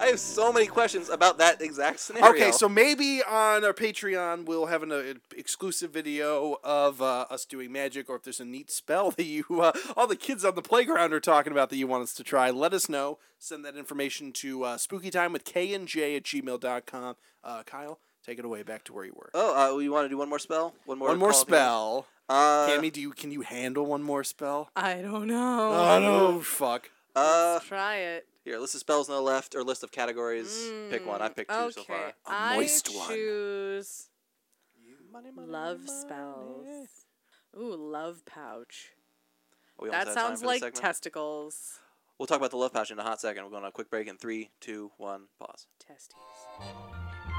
I have so many questions about that exact scenario. Okay, so maybe on our Patreon we'll have an uh, exclusive video of uh, us doing magic, or if there's a neat spell that you, uh, all the kids on the playground are talking about that you want us to try, let us know. Send that information to uh, spookytime with K and J at gmail.com. Uh, Kyle, take it away back to where you were. oh, uh, you want to do one more spell? One more. one more call of spell. the- Uh, Cammy, do you can you handle one more spell? I don't know. Oh no, fuck. Uh, Try it. here, list of spells on the left or list of categories. Pick one. I've picked two Mm, okay. so far. I moist one. choose love spells. Ooh, love pouch. We almost out That of time sounds for this like segment? testicles. We'll talk about the love pouch in a hot second. We're going on a quick break in three, two, one, pause. Testes.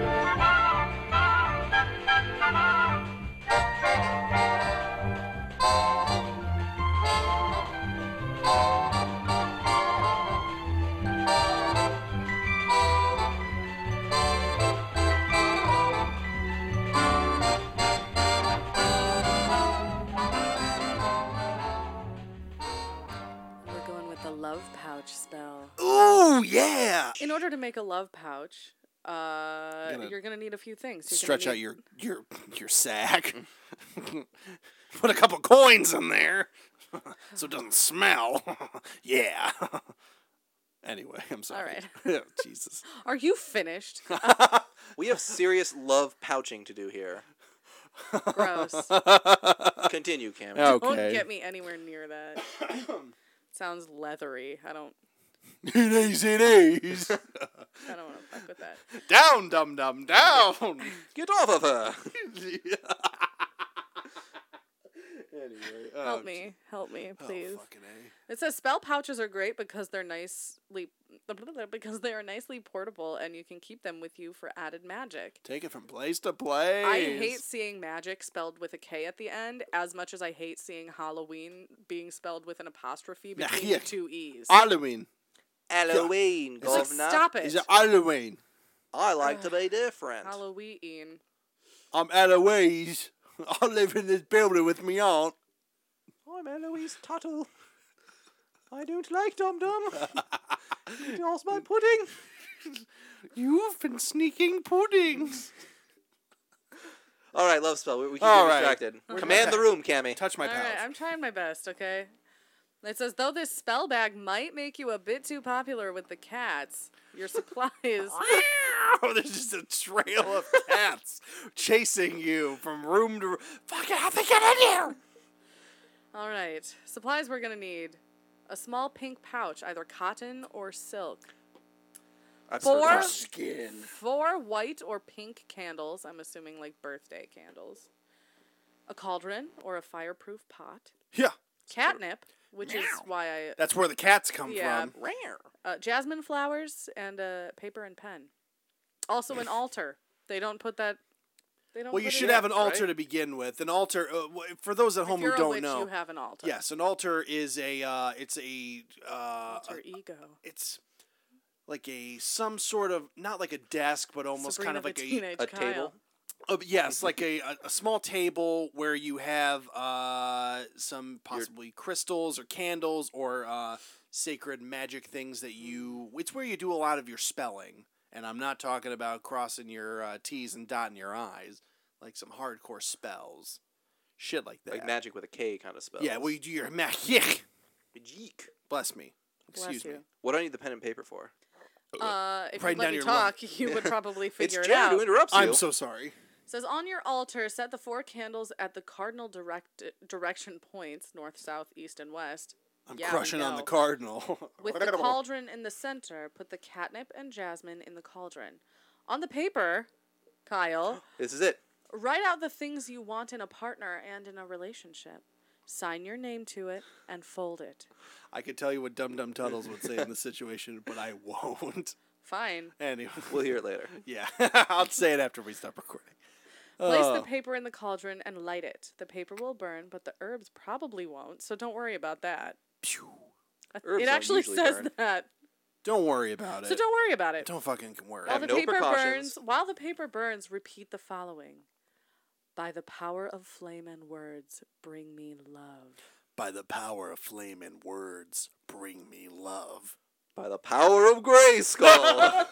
Thank in order to make a love pouch, uh, Gonna you're gonna need a few things. You're gonna Stretch need- out your your your sack. Put a couple coins in there, so it doesn't smell. yeah. anyway, I'm sorry. right. Jesus. Are you finished? We have serious love pouching to do here. Gross. Continue, Cam. Oh. Don't get me anywhere near that. Sounds leathery. I don't. It is. It is. I don't want to fuck with that. down, dum dum down. Get off of her. Oh, Help me. Help me, please. Fucking A. It says spell pouches are great because they're nicely because they are nicely portable and you can keep them with you for added magic. Take it from place to place. I hate seeing magic spelled with a K at the end as much as I hate seeing Halloween being spelled with an apostrophe Nah, between yeah. the two E's. Halloween. Halloween, It's like, governor. stop it. Is it Halloween? I like to be different. Halloween. I'm Eloise. I live in this building with me aunt. I'm Eloise Tuttle. I don't like Dum Dum. How's my pudding? You've been sneaking puddings. All right, love spell. We, we keep All getting right. distracted. Command the room, Cammy. Touch my All right, pouch. I'm trying my best, okay? It says, though this spell bag might make you a bit too popular with the cats, your supplies. Wow, There's just a trail of cats chasing you from room to room. Fuck it, how'd they get in here? All right, supplies we're gonna need a small pink pouch, either cotton or silk. I've Four? circled. Skin. Four white or pink candles, I'm assuming like birthday candles. A cauldron or a fireproof pot. Yeah, Catnip, which is why I. that's where the cats come Yeah. from. Uh, jasmine flowers and uh, paper and pen. Also, an altar. They don't put that. They don't Well, you put it should in. have an altar to begin with. An altar, uh, w- for those at If home you're who a don't witch, know, you have an altar. yes, an altar is a, uh, it's a, uh, Alter ego. it's like a some sort of not like a desk, but almost Sabrina kind of the like teenage a Kyle. table? a, uh, yes, like a, a, a small table where you have uh, some possibly crystals or candles or uh, sacred magic things that you. Mm. It's where you do a lot of your spelling, and I'm not talking about crossing your uh, T's and dotting your I's, like some hardcore spells, shit like that. Like magic with a K kind of spell. yeah, well, you do your magic. Yeek. Bless me. Bless Excuse you. me. What do I need the pen and paper for? Uh, if Writing down you let me your talk, you would probably It's figure it Jerry out. who interrupts you. I'm so sorry. Says on your altar, set the four candles at the cardinal direct direction points, north, south, east, and west. I'm Yeah, we crushing on the know. cardinal. With the cauldron in the center, put the catnip and jasmine in the cauldron. On the paper, Kyle, This is it. write out the things you want in a partner and in a relationship. Sign your name to it and fold it. I could tell you what Dum Dum Tuttles would say in this situation, but I won't. Fine. Anyway, We'll hear it later. yeah, I'll say it after we stop recording. Place the Oh. paper in the cauldron and light it. The paper will burn, but the herbs probably won't, so don't worry about that. Pew. Herbs it don't actually usually says burn. that. Don't worry about it. So don't worry about it. Don't fucking worry. While Have the no paper precautions. burns, while the paper burns, repeat the following. By the power of flame and words, bring me love. By the power of flame and words, bring me love. By the power of Grayskull. Ah,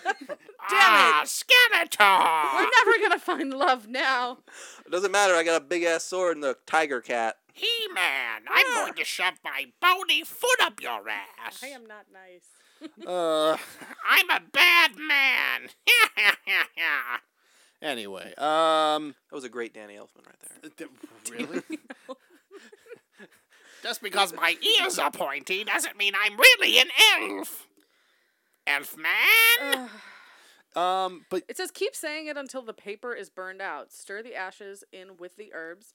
Ah. Scimitar! We're never gonna find love now. it doesn't matter. I got a big ass sword and a tiger cat. He-Man, I'm going to shove my bony foot up your ass. I am not nice. Uh, I'm a bad man. anyway, um, That was a great Danny Elfman right there. th- really? Just because my ears are pointy doesn't mean I'm really an elf. Elf man? um, but It says keep saying it until the paper is burned out. Stir the ashes in with the herbs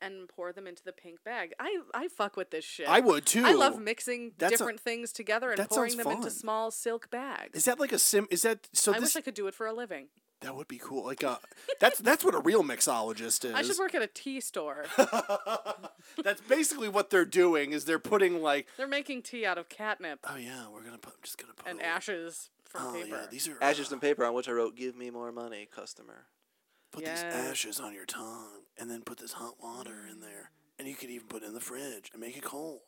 and pour them into the pink bag. I, I fuck with this shit. I would too. I love mixing That's a- different things together and that pouring sounds them into fun. small silk bags. Is that like a sim? Is that so? I this wish I could do it for a living. that would be cool. Like a that's that's what a real mixologist is. I should work at a tea store. That's basically what they're doing is they're putting like, They're making tea out of catnip oh yeah, we're gonna put, I'm just gonna put and a little- ashes from Oh paper. yeah, these are Ashes uh, and paper on which I wrote, "Give me more money, customer." put Yes. these ashes on your tongue, and then put this hot water in there, and you could even put it in the fridge and make it cold,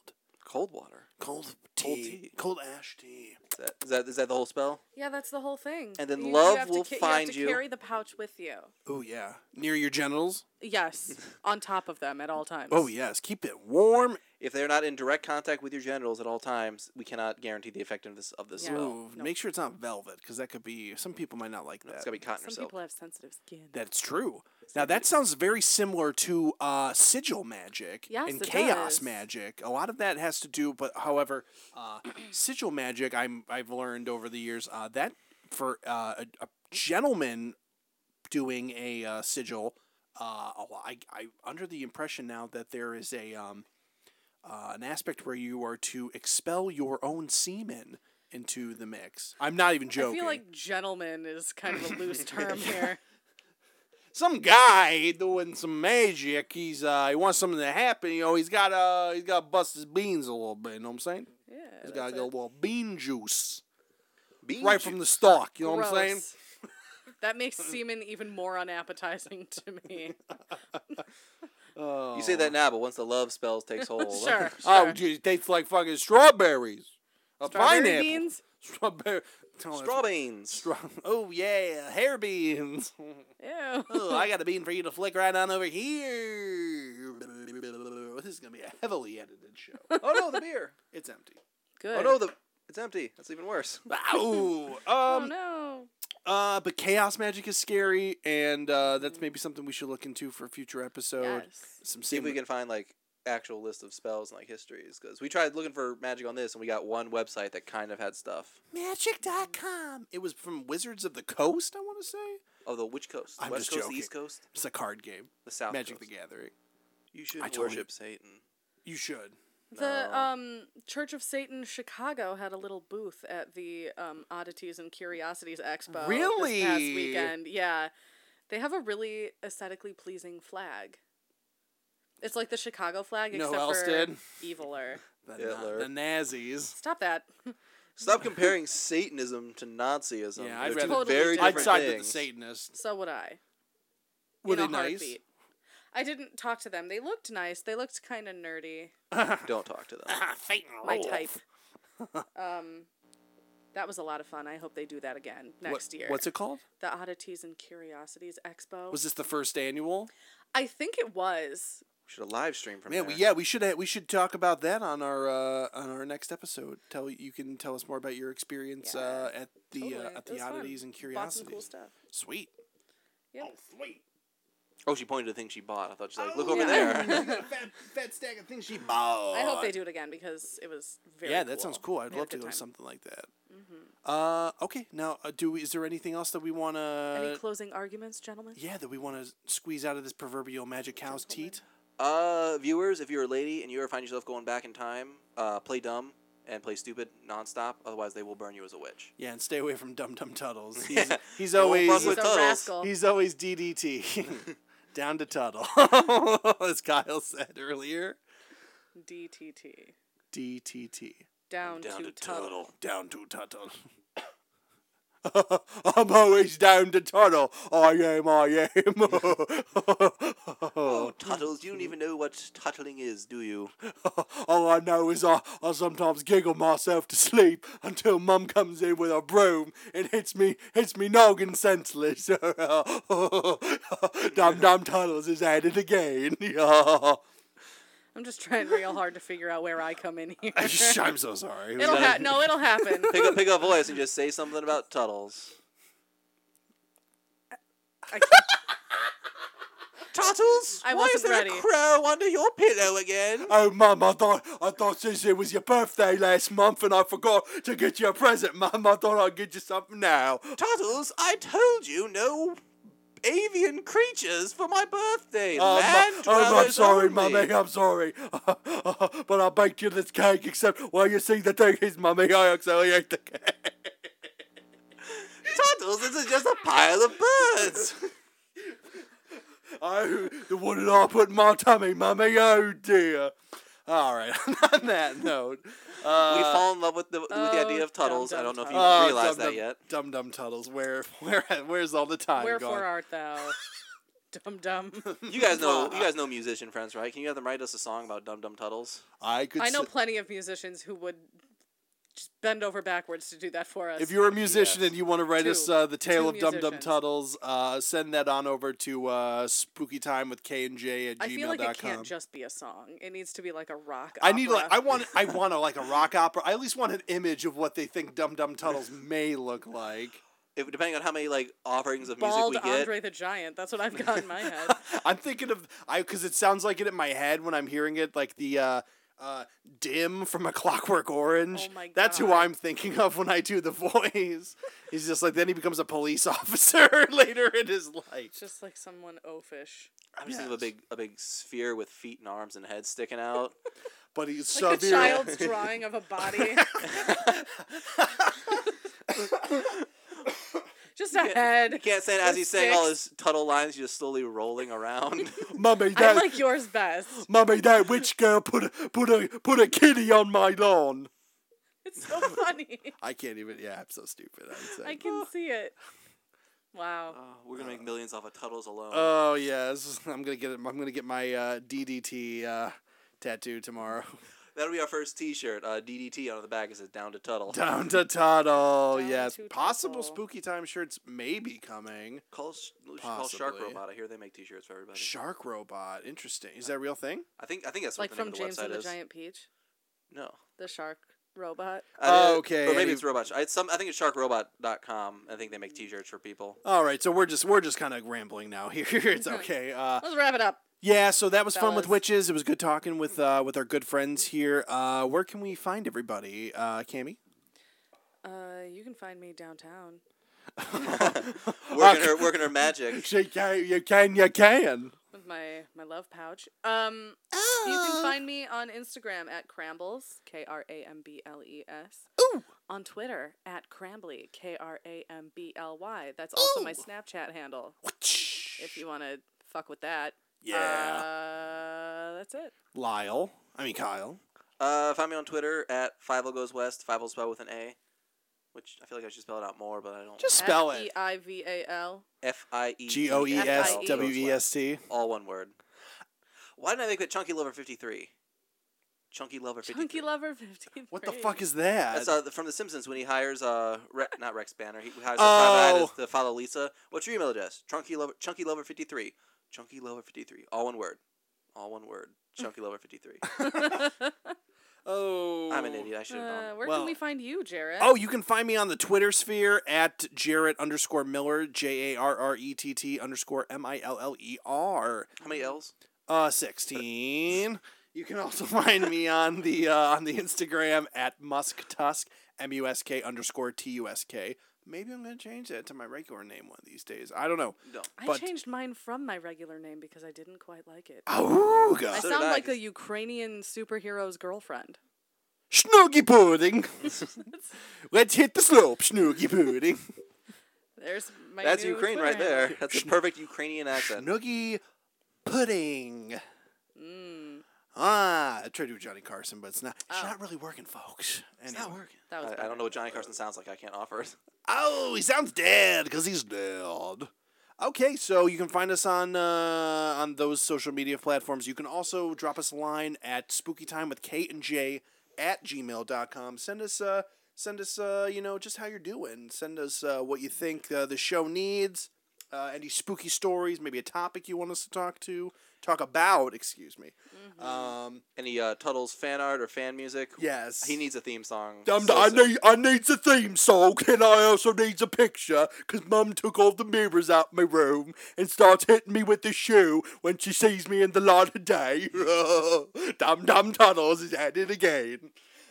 Cold water. cold tea, Cold cold, tea. ash tea. That- Is that is that the whole spell? Yeah, that's the whole thing. And then You- love you have to will ca- find you. Have to you. Carry the pouch with you. Oh yeah, near your genitals. Yes, on top of them at all times. Oh yes, keep it warm. If they're not in direct contact with your genitals at all times, we cannot guarantee the effectiveness of this Yeah. spell. Ooh, Make sure it's not velvet, because that could be. Some people might not like that. It's gotta be cotton Some or silk. people have sensitive skin. That's true. Now that sounds very similar to uh, sigil magic Yes, and it chaos does. magic. A lot of that has to do, but however, uh, sigil magic I'm I've learned over the years uh, that for uh, a, a gentleman doing a uh, sigil, uh, oh, I I under the impression now that there is a um, uh, an aspect where you are to expel your own semen into the mix. I'm not even I joking. feel like gentleman is kind of a loose term here. some guy doing some magic. He's uh, he wants something to happen. You know, he's got uh, he's got to bust his beans a little bit. You know what I'm saying? Yeah. He's got to get a little bean juice Bean right juice. from the stalk. You know what I'm saying? Gross. that makes semen even more unappetizing to me. You say that now, but once the love spells takes hold, sure. Oh, sure. geez, it tastes like fucking strawberries. A Strawberry pineapple. beans? Strawberry. Oh, that's- straw beans. Straw. Oh yeah, hair beans. Ew. oh, I got a bean for you to flick right on over here. This is gonna be a heavily edited show. oh no, the beer. It's empty. Good. Oh no, the it's empty. That's even worse. Ow. Um, Oh, no. Uh, but chaos magic is scary, and uh, Mm-hmm. that's maybe something we should look into for a future episode. Yes. Some See if we sim- can find like actual list of spells and like histories because we tried looking for magic on this and we got one website that kind of had stuff. magic.com. It was from Wizards of the Coast, I want to say. Oh, the which coast? The I'm West just coast, joking. the East coast, It's a card game. the South magic coast. the Gathering. You should I told worship Satan. You should. The No. um, Church of Satan Chicago had a little booth at the um, Oddities and Curiosities Expo. This past Really? weekend. Yeah. They have a really aesthetically pleasing flag. It's like the Chicago flag, You know who except else for did? eviler. The, Hitler. the Nazis. Stop that. Stop comparing Satanism to Nazism. Yeah, I'd They're two rather- Totally very different. I'd different side with things. the Satanists. So would I. Were in they a nice? heartbeat. I didn't talk to them. They looked nice. They looked kind of nerdy. Don't talk to them. Satan My Oh. rules. type. um, that was a lot of fun. I hope they do that again next year. What's it called? The Oddities and Curiosities Expo. Was this the first annual? I think it was. We should have live stream from Man, there. we, yeah, we should ha- we should talk about that on our uh, on our next episode. Tell you can tell us more about your experience Yeah, uh, at the Totally. uh, at Oh, It was the fun. oddities and Bought some curiosities. cool stuff. Sweet. Yeah. Sweet. Oh, she pointed to the thing she bought. I thought she was like, look Oh, over yeah. there. fat, fat stack of things she bought. I hope they do it again because it was very. yeah, that sounds cool. I'd We had a love to good do time. Mm-hmm. something like that. Uh, okay. Now, uh, do we, is there anything else that we want Any to? closing arguments, gentlemen? uh, yeah, that we want to squeeze out of this proverbial magic cow's teat. Uh, viewers, if you're a lady and you ever find yourself going back in time, uh, play dumb and play stupid nonstop. Otherwise, they will burn you as a witch. Yeah, and stay away from Dum Dum Tuttles. He's, he's Don't always fuck He's with a Tuttles. rascal. He's always DDT. Down to Tuttle. As Kyle said earlier. DTT. DTT. Down, Down to, to Tuttle. Tuttle. Down to Tuttle. I'm always down to Tuttle. I am, I am. Oh, Tuttles, you don't even know what tuttling is, do you? All I know is I, I sometimes giggle myself to sleep until Mum comes in with a broom and hits me hits me noggin senseless. Dum Dum Tuttles is at it again. I'm just trying real hard to figure out where I come in here. I'm so sorry. it'll gotta- ha- no, it'll happen. Pick up, pick up voice and just say something about Tuttles. I Tuttles, I why is wasn't there ready. a crow under your pillow again? Oh, Mum, I thought I thought since it was your birthday last month and I forgot to get you a present, Mum. I thought I'd get you something now. Tuttles, I told you no avian creatures for my birthday. Oh, Land mu- oh, I'm dwellers sorry, only. mummy. I'm sorry. but I baked you this cake, except, well, you see, the thing is, mummy, I actually ate the cake. Tuttles, this is just a pile of birds. Oh, the what did I put in my tummy, mummy? Oh, dear. All right, on that note. Uh, we fall in love with the, with the idea of dumb, Tuttles. dumb I don't know if you Tuttles. oh, realize dum-dum- that yet. Dum-dum Tuttles, where, where, where's all the time Wherefore gone? art thou? Dum dum. You guys know you guys know musician friends, right? Can you have them write us a song about Dum Dum Tuttles? I could I know s- plenty of musicians who would just bend over backwards to do that for us. If you're a musician and you want to write Two. us uh, the tale Two of Dum Dum musicians. Tuddles, uh, send that on over to uh, spookytime with K and J at I gmail.com. feel like it can't just be a song. It needs to be like a rock. I need like opera. I want I want a, like a rock opera. I at least want an image of what they think Dum Dum Tuttles may look like. If, depending on how many like offerings of music bald we get, Andre the Giant. That's what I've got in my head. I'm thinking of I because it sounds like it in my head when I'm hearing it, like the uh, uh, dim from A Clockwork Orange. Oh my That's who God. I'm thinking of when I do the voice. He's just like then he becomes a police officer later in his life. Just like someone oafish. I'm just thinking of a Yes. big a big sphere with feet and arms and head sticking out. But he's Like a severe. child's drawing of a body. just a head. You can't say it as With he's saying all his Tuttle lines. You're just slowly rolling around. Mummy, I that like yours best. mummy, that witch girl put a, put a put a kitty on my lawn. It's so funny. I can't even. Yeah, I'm so stupid. I'm so- I can see it. Wow. oh, we're gonna make millions off of Tuttles alone. Oh yes, I'm gonna get it. I'm gonna get my uh, DDT uh, tattoo tomorrow. That'll be our first T-shirt. Uh, DDT on the back. It says "Down to Tuttle." Down to Tuttle. Down yes, to possible Tuttle. spooky time shirts may be coming. Call, sh- we should call Shark Possibly. Robot. I hear they make T-shirts for everybody. Shark robot. Interesting. Uh, Is that a real thing? I think I think that's what Like the name from of the James website and the is. Giant Peach, No. the shark robot. I- okay, Or maybe any- it's robot. I, some, I think it's sharkrobot.com. I think they make T-shirts for people. All right, so we're just we're just kind of rambling now here. it's okay. Uh, Let's wrap it up. yeah, so that was fun with Fellas. witches. It was good talking with uh, with our good friends here. Uh, where can we find everybody, uh, Cammy? Uh, you can find me downtown. Working her, working her magic. You can, you can, you can. with my my love pouch. Um, you can find me on Instagram at Crambles K R A M B L E S. Ooh. On Twitter at Crambly K R A M B L Y. That's also my Snapchat handle. If you want to fuck with that. Uh, that's it. Lyle. I mean Kyle. Uh, find me on Twitter at Five O Goes West. Five O spelled with an A, which I feel like I should spell it out more, but I don't. Just spell F E it. I V A L. F I E G O E S W E S T. All one word. Why didn't I make it Chunky Lover fifty three? Chunky Lover E fifty three. Chunky Lover fifteen. What the fuck is that? That's uh, the- from The Simpsons when he hires uh Re- not Rex Banner he hires Oh. a private eye to- to follow Lisa. What's your email address? Chunky lover chunky lover fifty three, chunky lover fifty three. All one word, all one word. Chunky lover fifty three. Oh. I'm an idiot. I should have Uh, known. where Well- can we find you, Jared? Oh, you can find me on the Twitter sphere at Jarrett underscore Miller, J A R R E T T underscore M I L L E R. How many L's? Uh, sixteen. You can also find me on the uh, on the Instagram at Musk Tusk, M U S K underscore T U S K. Maybe I'm gonna change that to my regular name one of these days. I don't know. No. I but- Ah, changed mine from my regular name because I didn't quite like it. I Auga, So sound did I, like a 'cause- Ukrainian superhero's girlfriend. Snoogie pudding. Let's hit the slope, Snoogie pudding. There's my That's new Ukraine Twitter right handle. there. That's the perfect Ukrainian accent. Snoogie pudding. Mm. Ah, I tried to do Johnny Carson, but it's not. It's not really working, folks. Oh. It's not working. That was I, I don't know what Johnny Carson sounds like. I can't offer it. Oh, he sounds dead because he's dead. Okay, so you can find us on uh, on those social media platforms. You can also drop us a line at spookytime with K and J at gmail.com. Send us uh send us uh, you know, just how you're doing. Send us uh, what you think uh, the show needs. Uh, any spooky stories, maybe a topic you want us to talk to, talk about, excuse me. Um, Any uh, Tuttles fan art or fan music? yes. He needs a theme song. Um, so I soon. need I needs a theme song, and I also needs a picture, cause Mum took all the mirrors out my room and starts hitting me with the shoe when she sees me in the light of day. dum dum tunnels is at it again.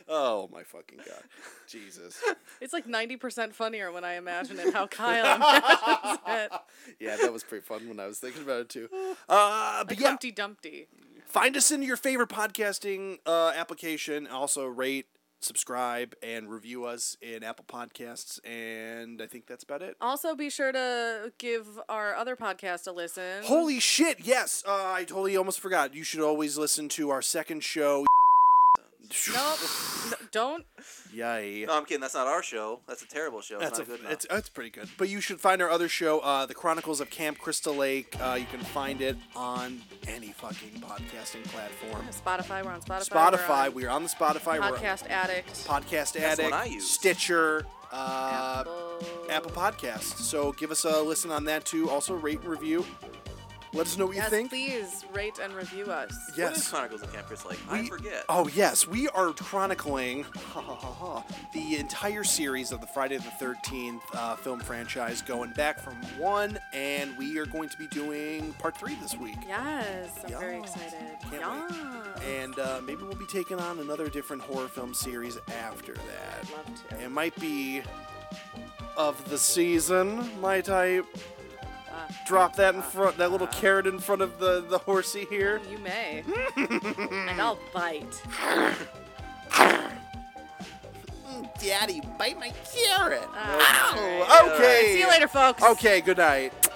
Oh my fucking god, Jesus! It's like ninety percent funnier when I imagine it. How Kyle imagines it. Yeah, that was pretty fun when I was thinking about it too. Uh, but Like yeah, Humpty Dumpty. find us in your favorite podcasting uh, application. Also rate, subscribe, and review us in Apple Podcasts. And I think that's about it. Also, be sure to give our other podcast a listen. Holy shit! Yes, uh, I totally almost forgot. You should always listen to our second show. Nope. Oh, No, don't. Yay. No, I'm kidding. That's not our show. That's a terrible show. That's a, it's not Oh, good enough. it's, it's pretty good. But you should find our other show, uh, The Chronicles of Camp Crystal Lake. Uh, you can find it on any fucking podcasting platform. Spotify. We're on Spotify. Spotify. We're We're on the Spotify. on We're on Podcast Addict. Podcast That's the Addict, one I use. Stitcher, uh, Apple. Apple Podcasts. So give us a listen on that too. Also rate and review. Let us know what you Yes, think. please rate and review us. What is Yes. Chronicles of Camp Crystal Lake? I We- forget. Oh yes, we are chronicling ha, ha, ha, ha, the entire series of the Friday the Thirteenth uh, film franchise, going back from one, and we are going to be doing part three this week. Yes, I'm very Yes. excited. Can't yes. And uh, maybe we'll be taking on another different horror film series after that. Love to. It might be of the season, might I drop that in front, that little carrot in front of the the horsey here? You may. and I'll bite. Daddy, bite my carrot. Uh, Okay. Ah, See you later, folks. Okay, good night.